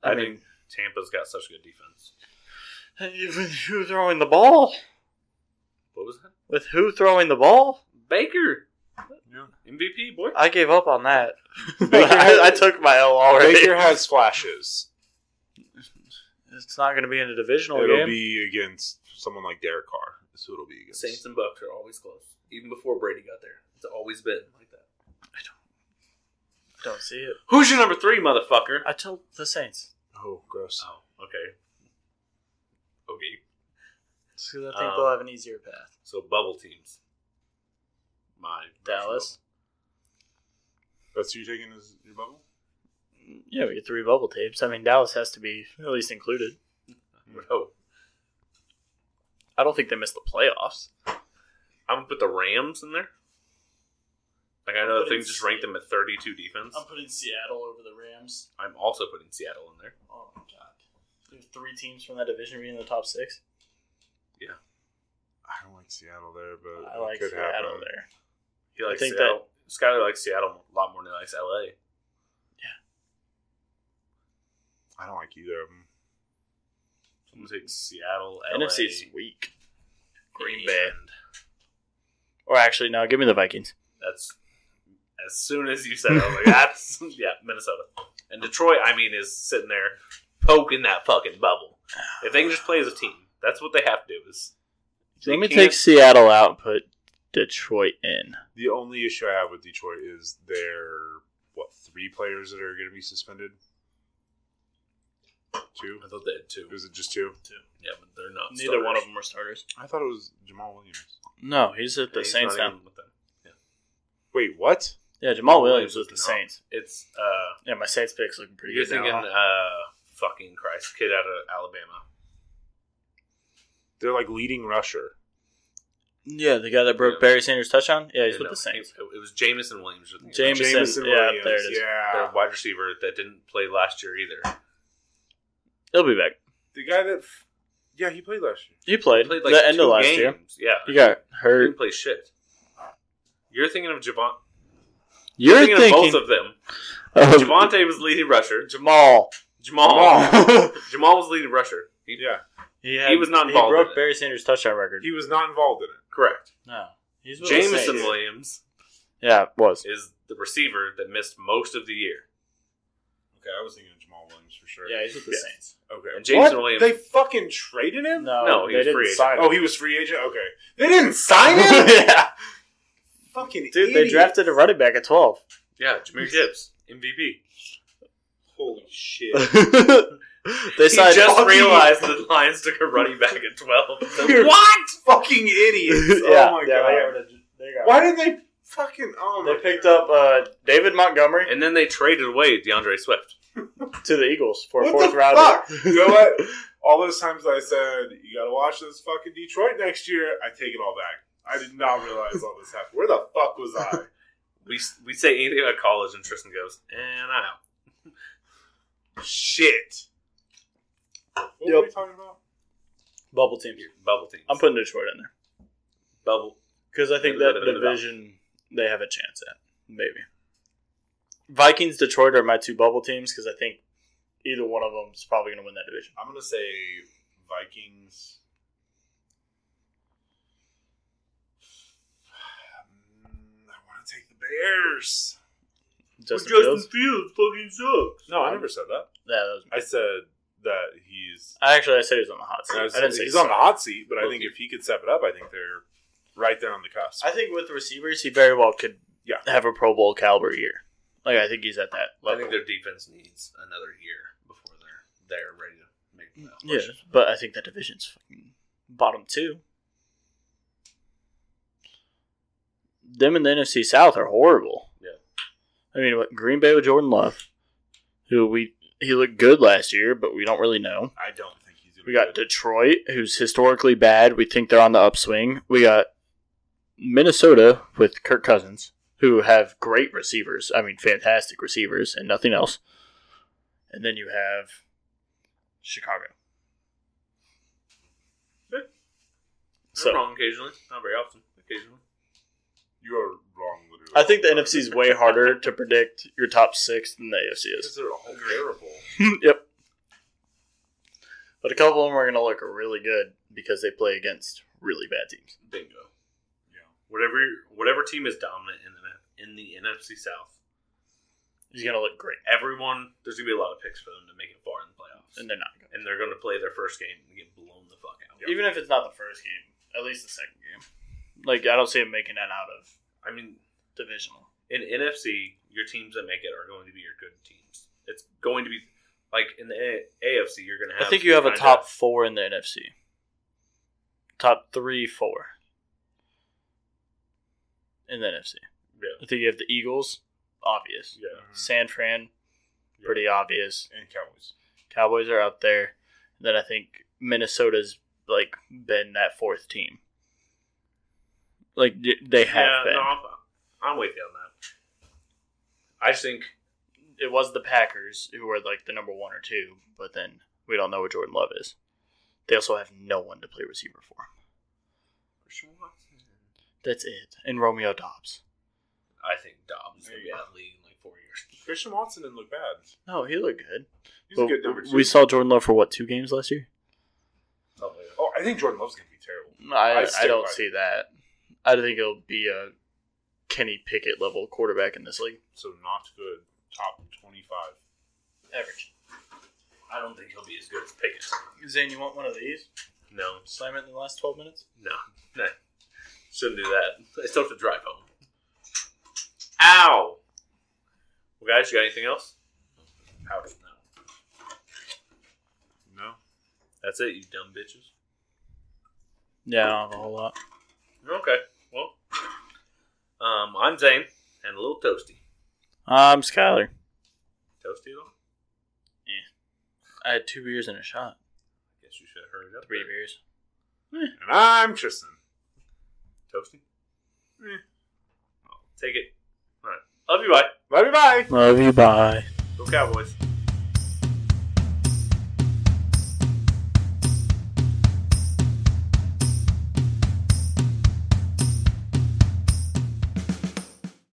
S1: I,
S2: I
S1: mean,
S2: Tampa's got such good defense.
S1: with who throwing the ball?
S2: What was that?
S1: With who throwing the ball?
S2: Baker!
S3: Yeah.
S2: MVP, boy.
S1: I gave up on that.
S3: Baker-
S1: I, I took my L already.
S3: Baker has flashes.
S1: It's not going to be in a divisional
S3: It'll
S1: game.
S3: be against someone like Derek Carr. That's who it'll be against.
S2: Saints and Bucks are always close, even before Brady got there. It's always been like that.
S1: I don't see it.
S2: Who's your number three, motherfucker?
S1: I told the Saints.
S3: Oh, gross.
S2: oh, okay. Okay,
S1: It's 'cause I think
S2: Um,
S1: they'll have an easier path.
S2: so bubble teams. My
S1: Dallas.
S3: That's who you're taking as your bubble.
S1: Yeah, we get three bubble tapes. I mean, Dallas has to be at least included.
S2: Oh,
S1: I don't think they missed the playoffs.
S2: I'm gonna put the Rams in there. Like I know the
S5: But
S2: thing
S5: it's-
S2: just ranked them at 32 defense.
S5: I'm putting Seattle over the Rams.
S2: I'm also putting Seattle in there.
S5: Oh my god.
S1: There's three teams from that division being in the top six.
S3: I don't like Seattle there, but
S1: I
S3: it
S1: like
S3: could
S1: Seattle
S3: happen.
S1: there.
S2: He likes
S1: think
S2: Seattle. Skyler likes Seattle a lot more than he likes LA.
S3: I don't like either of them.
S2: I'm gonna take Seattle, LA,
S1: NFC is weak. Green Bay.
S2: and
S1: Or actually, no, give me the Vikings.
S2: That's as soon as you said, it, I was like, "That's yeah, Minnesota." And Detroit, I mean, is sitting there poking that fucking bubble. If they can just play as a team, that's what they have to do. Is
S1: Let
S2: they
S1: me
S2: can't-
S1: take Seattle out and put Detroit in.
S3: The only issue I have with Detroit is their what three players that are going to be suspended. Two?
S2: I thought they had two.
S3: Is it just two?
S2: Yeah, but they're not.
S1: Neither one
S2: starters.
S1: of them were starters.
S3: I thought it was Jamal Williams.
S1: No, he's at the
S2: He's
S1: Saints
S2: not
S1: now.
S2: even with them.
S3: Wait, what?
S1: Yeah, Jamal Williams
S2: Williams
S1: with the
S2: is not.
S1: Saints.
S2: It's uh,
S1: Yeah, my Saints pick's looking pretty
S2: you're
S1: good
S2: thinking
S1: now.
S2: uh, fucking Christ, kid out of Alabama.
S3: They're like leading rusher.
S1: Yeah, the guy that broke
S2: Yeah.
S1: Barry Sanders' touchdown. Yeah, he's
S2: Yeah,
S1: with
S2: no,
S1: the Saints.
S2: It, it was Jamison Williams. with the-
S1: Jameson, yeah, there it is.
S3: Yeah,
S2: their wide receiver that didn't play last year either.
S1: He'll be back.
S3: the guy that. f- Yeah, he played last year.
S1: He played, the end
S2: two
S1: of last year.
S2: games. Yeah,
S1: He got
S2: He
S1: hurt.
S2: didn't play shit. You're thinking of Javon.
S1: You're,
S2: thinking,
S1: thinking,
S2: of both of them.
S1: of
S2: Javante was leading rusher.
S1: Jamal.
S2: Jamal. Jamal, was leading rusher. He-
S3: Yeah,
S1: had-
S2: He was not
S1: He
S2: involved in
S1: broke
S2: it.
S1: Barry Sanders' touchdown record.
S3: he was not involved in it.
S2: Correct.
S1: no, he's with the
S2: Jameson
S1: Saints.
S2: Williams
S1: Yeah, it was.
S2: is the receiver that missed most of the year.
S3: Okay, I was thinking of Jamal Williams for sure.
S1: Yeah, he's with the
S2: Yeah.
S1: Saints.
S3: Okay.
S2: And Jameson
S3: What?
S2: Williams-
S3: They fucking traded him.
S1: No,
S2: No, he
S1: they
S2: was
S1: didn't
S2: free agent.
S1: sign him.
S3: Oh, he was free agent. Okay, they didn't sign him.
S1: yeah,
S3: fucking
S1: dude, they
S3: idiots.
S1: drafted a running back at twelve.
S2: Yeah, Jameer Gibbs, MVP.
S3: Holy shit!
S1: they
S2: He
S1: signed
S2: just
S3: fucking-
S2: realized the Lions took a running back at 12.
S3: You're what? Fucking idiots!
S1: yeah,
S3: oh my
S1: yeah,
S3: god!
S1: They got
S3: Why did they fucking? Oh
S1: They
S3: my
S1: picked
S3: God.
S1: up uh, David Montgomery
S2: And then they traded away DeAndre Swift.
S1: to the Eagles for a
S3: What
S1: fourth
S3: the
S1: round.
S3: fuck? You know what? All those times I said you gotta watch this fucking Detroit next year, I take it all back. I did not realize all this happened. Where the fuck was I?
S2: We, we say anything about college, and Tristan goes, and I know.
S3: Shit. What
S1: Yep.
S3: were we talking about?
S1: Bubble teams.
S2: Bubble teams.
S1: I'm putting Detroit in there
S2: bubble.
S1: because I think that division they have a chance at maybe. Vikings, Detroit are my two bubble teams because I think either one of them is probably going to win that division.
S3: I'm gonna say Vikings. Mm, I want to take the Bears.
S1: Justin, Fields.
S2: Fields fucking sucks.
S3: No, I never said that.
S1: Yeah, that was
S3: I said that he's.
S1: I actually I said he was on the hot seat.
S3: I,
S1: I,
S3: was,
S1: didn't say
S3: he's on the hot seat, but I
S2: Well,
S3: think
S2: he-
S3: if he could step it up, I think they're right there on the cusp.
S1: I think with receivers, he very well could
S3: Yeah.
S1: have a Pro Bowl caliber year. Like I think he's at that
S2: I
S1: level.
S2: think their defense needs another year before they're they're ready to make the playoff
S1: yeah,
S2: push.
S1: but I think that division's fucking bottom two. Them and the NFC South are horrible.
S2: Yeah.
S1: I mean, what Green Bay with Jordan Love, who we he looked good last year, but we don't really know.
S3: I don't think he's. Gonna
S1: We
S3: be
S1: got
S3: good.
S1: Detroit, who's historically bad. We think they're on the upswing. We got Minnesota with Kirk Cousins, who have great receivers. I mean, fantastic receivers and nothing else. And then you have Chicago.
S2: They're
S1: So
S2: wrong occasionally, not very often. Occasionally,
S3: You are wrong. Literally.
S1: I think the NFC is way harder to predict your top six than the AFC
S3: Because
S1: is.
S3: they're all terrible.
S1: yep. But a couple of them are going to look really good because they play against really bad teams.
S2: bingo.
S3: Yeah.
S2: Whatever whatever team is dominant in the in the NFC South,
S1: He's going to look great,
S2: everyone there's gonna be a lot of picks for them to make it far in the playoffs,
S1: and
S2: and,
S1: they're not. Gonna.
S2: they're gonna play their first game and get blown the fuck out.
S1: Even if it's not the first game, at least the second game. Like I don't see him making that out of
S2: I mean,
S1: divisional.
S2: in NFC, your teams that make it are going to be your good teams. It's going to be like in the A- AFC, you're going to
S1: I
S2: have.
S1: think you have a
S2: kinda-
S1: top four in the NFC. Top three, four. In the NFC.
S2: Yeah,
S1: I think you have the Eagles, obvious.
S2: yeah.
S1: San Fran, pretty obvious.
S3: And Cowboys.
S1: Cowboys are out there. Then I think Minnesota's like been that fourth team. Like d- they have
S2: yeah
S1: been.
S2: no, I'm, I'm with you on that. I just think
S1: it was the Packers who were like the number one or two, but then we don't know what Jordan Love is. They also have no one to play receiver for. That's it. And Romeo Dobbs.
S2: I think Dobbs is going to be out of the league in like four years.
S3: Christian Watson didn't look bad.
S1: No, Oh, he looked good.
S3: He's
S1: But
S3: a good number two.
S1: We saw Jordan Love for what two games last year?
S2: Probably.
S3: oh, I think Jordan Love's gonna be terrible. I
S1: I, I,
S3: stick
S1: don't
S3: by it.
S1: see that. I think it'll be a Kenny Pickett level quarterback in this league.
S3: So not good. Top twenty-five.
S1: Average.
S2: I don't think he'll be as good as Pickett.
S1: Zane, you want one of these?
S2: No,
S1: Slam it in the last twelve minutes.
S2: no, no. Shouldn't do that. I still have to drive home. Ow! Well, guys, you got anything else? Howdy. No.
S3: No.
S2: That's it, you dumb bitches.
S1: Yeah, I don't have a whole lot.
S2: Okay. Well, um, I'm Zane, and a little toasty.
S1: I'm Um, Skyler.
S2: Toasty though?
S1: I had two beers and a shot.
S2: Guess you should have hurried up.
S1: Three
S2: there.
S1: beers.
S3: And I'm Tristan.
S2: Toasty. I'll take it. All right. Love you. Bye.
S3: Love you. Bye.
S1: Love you. Bye.
S2: Go Cowboys.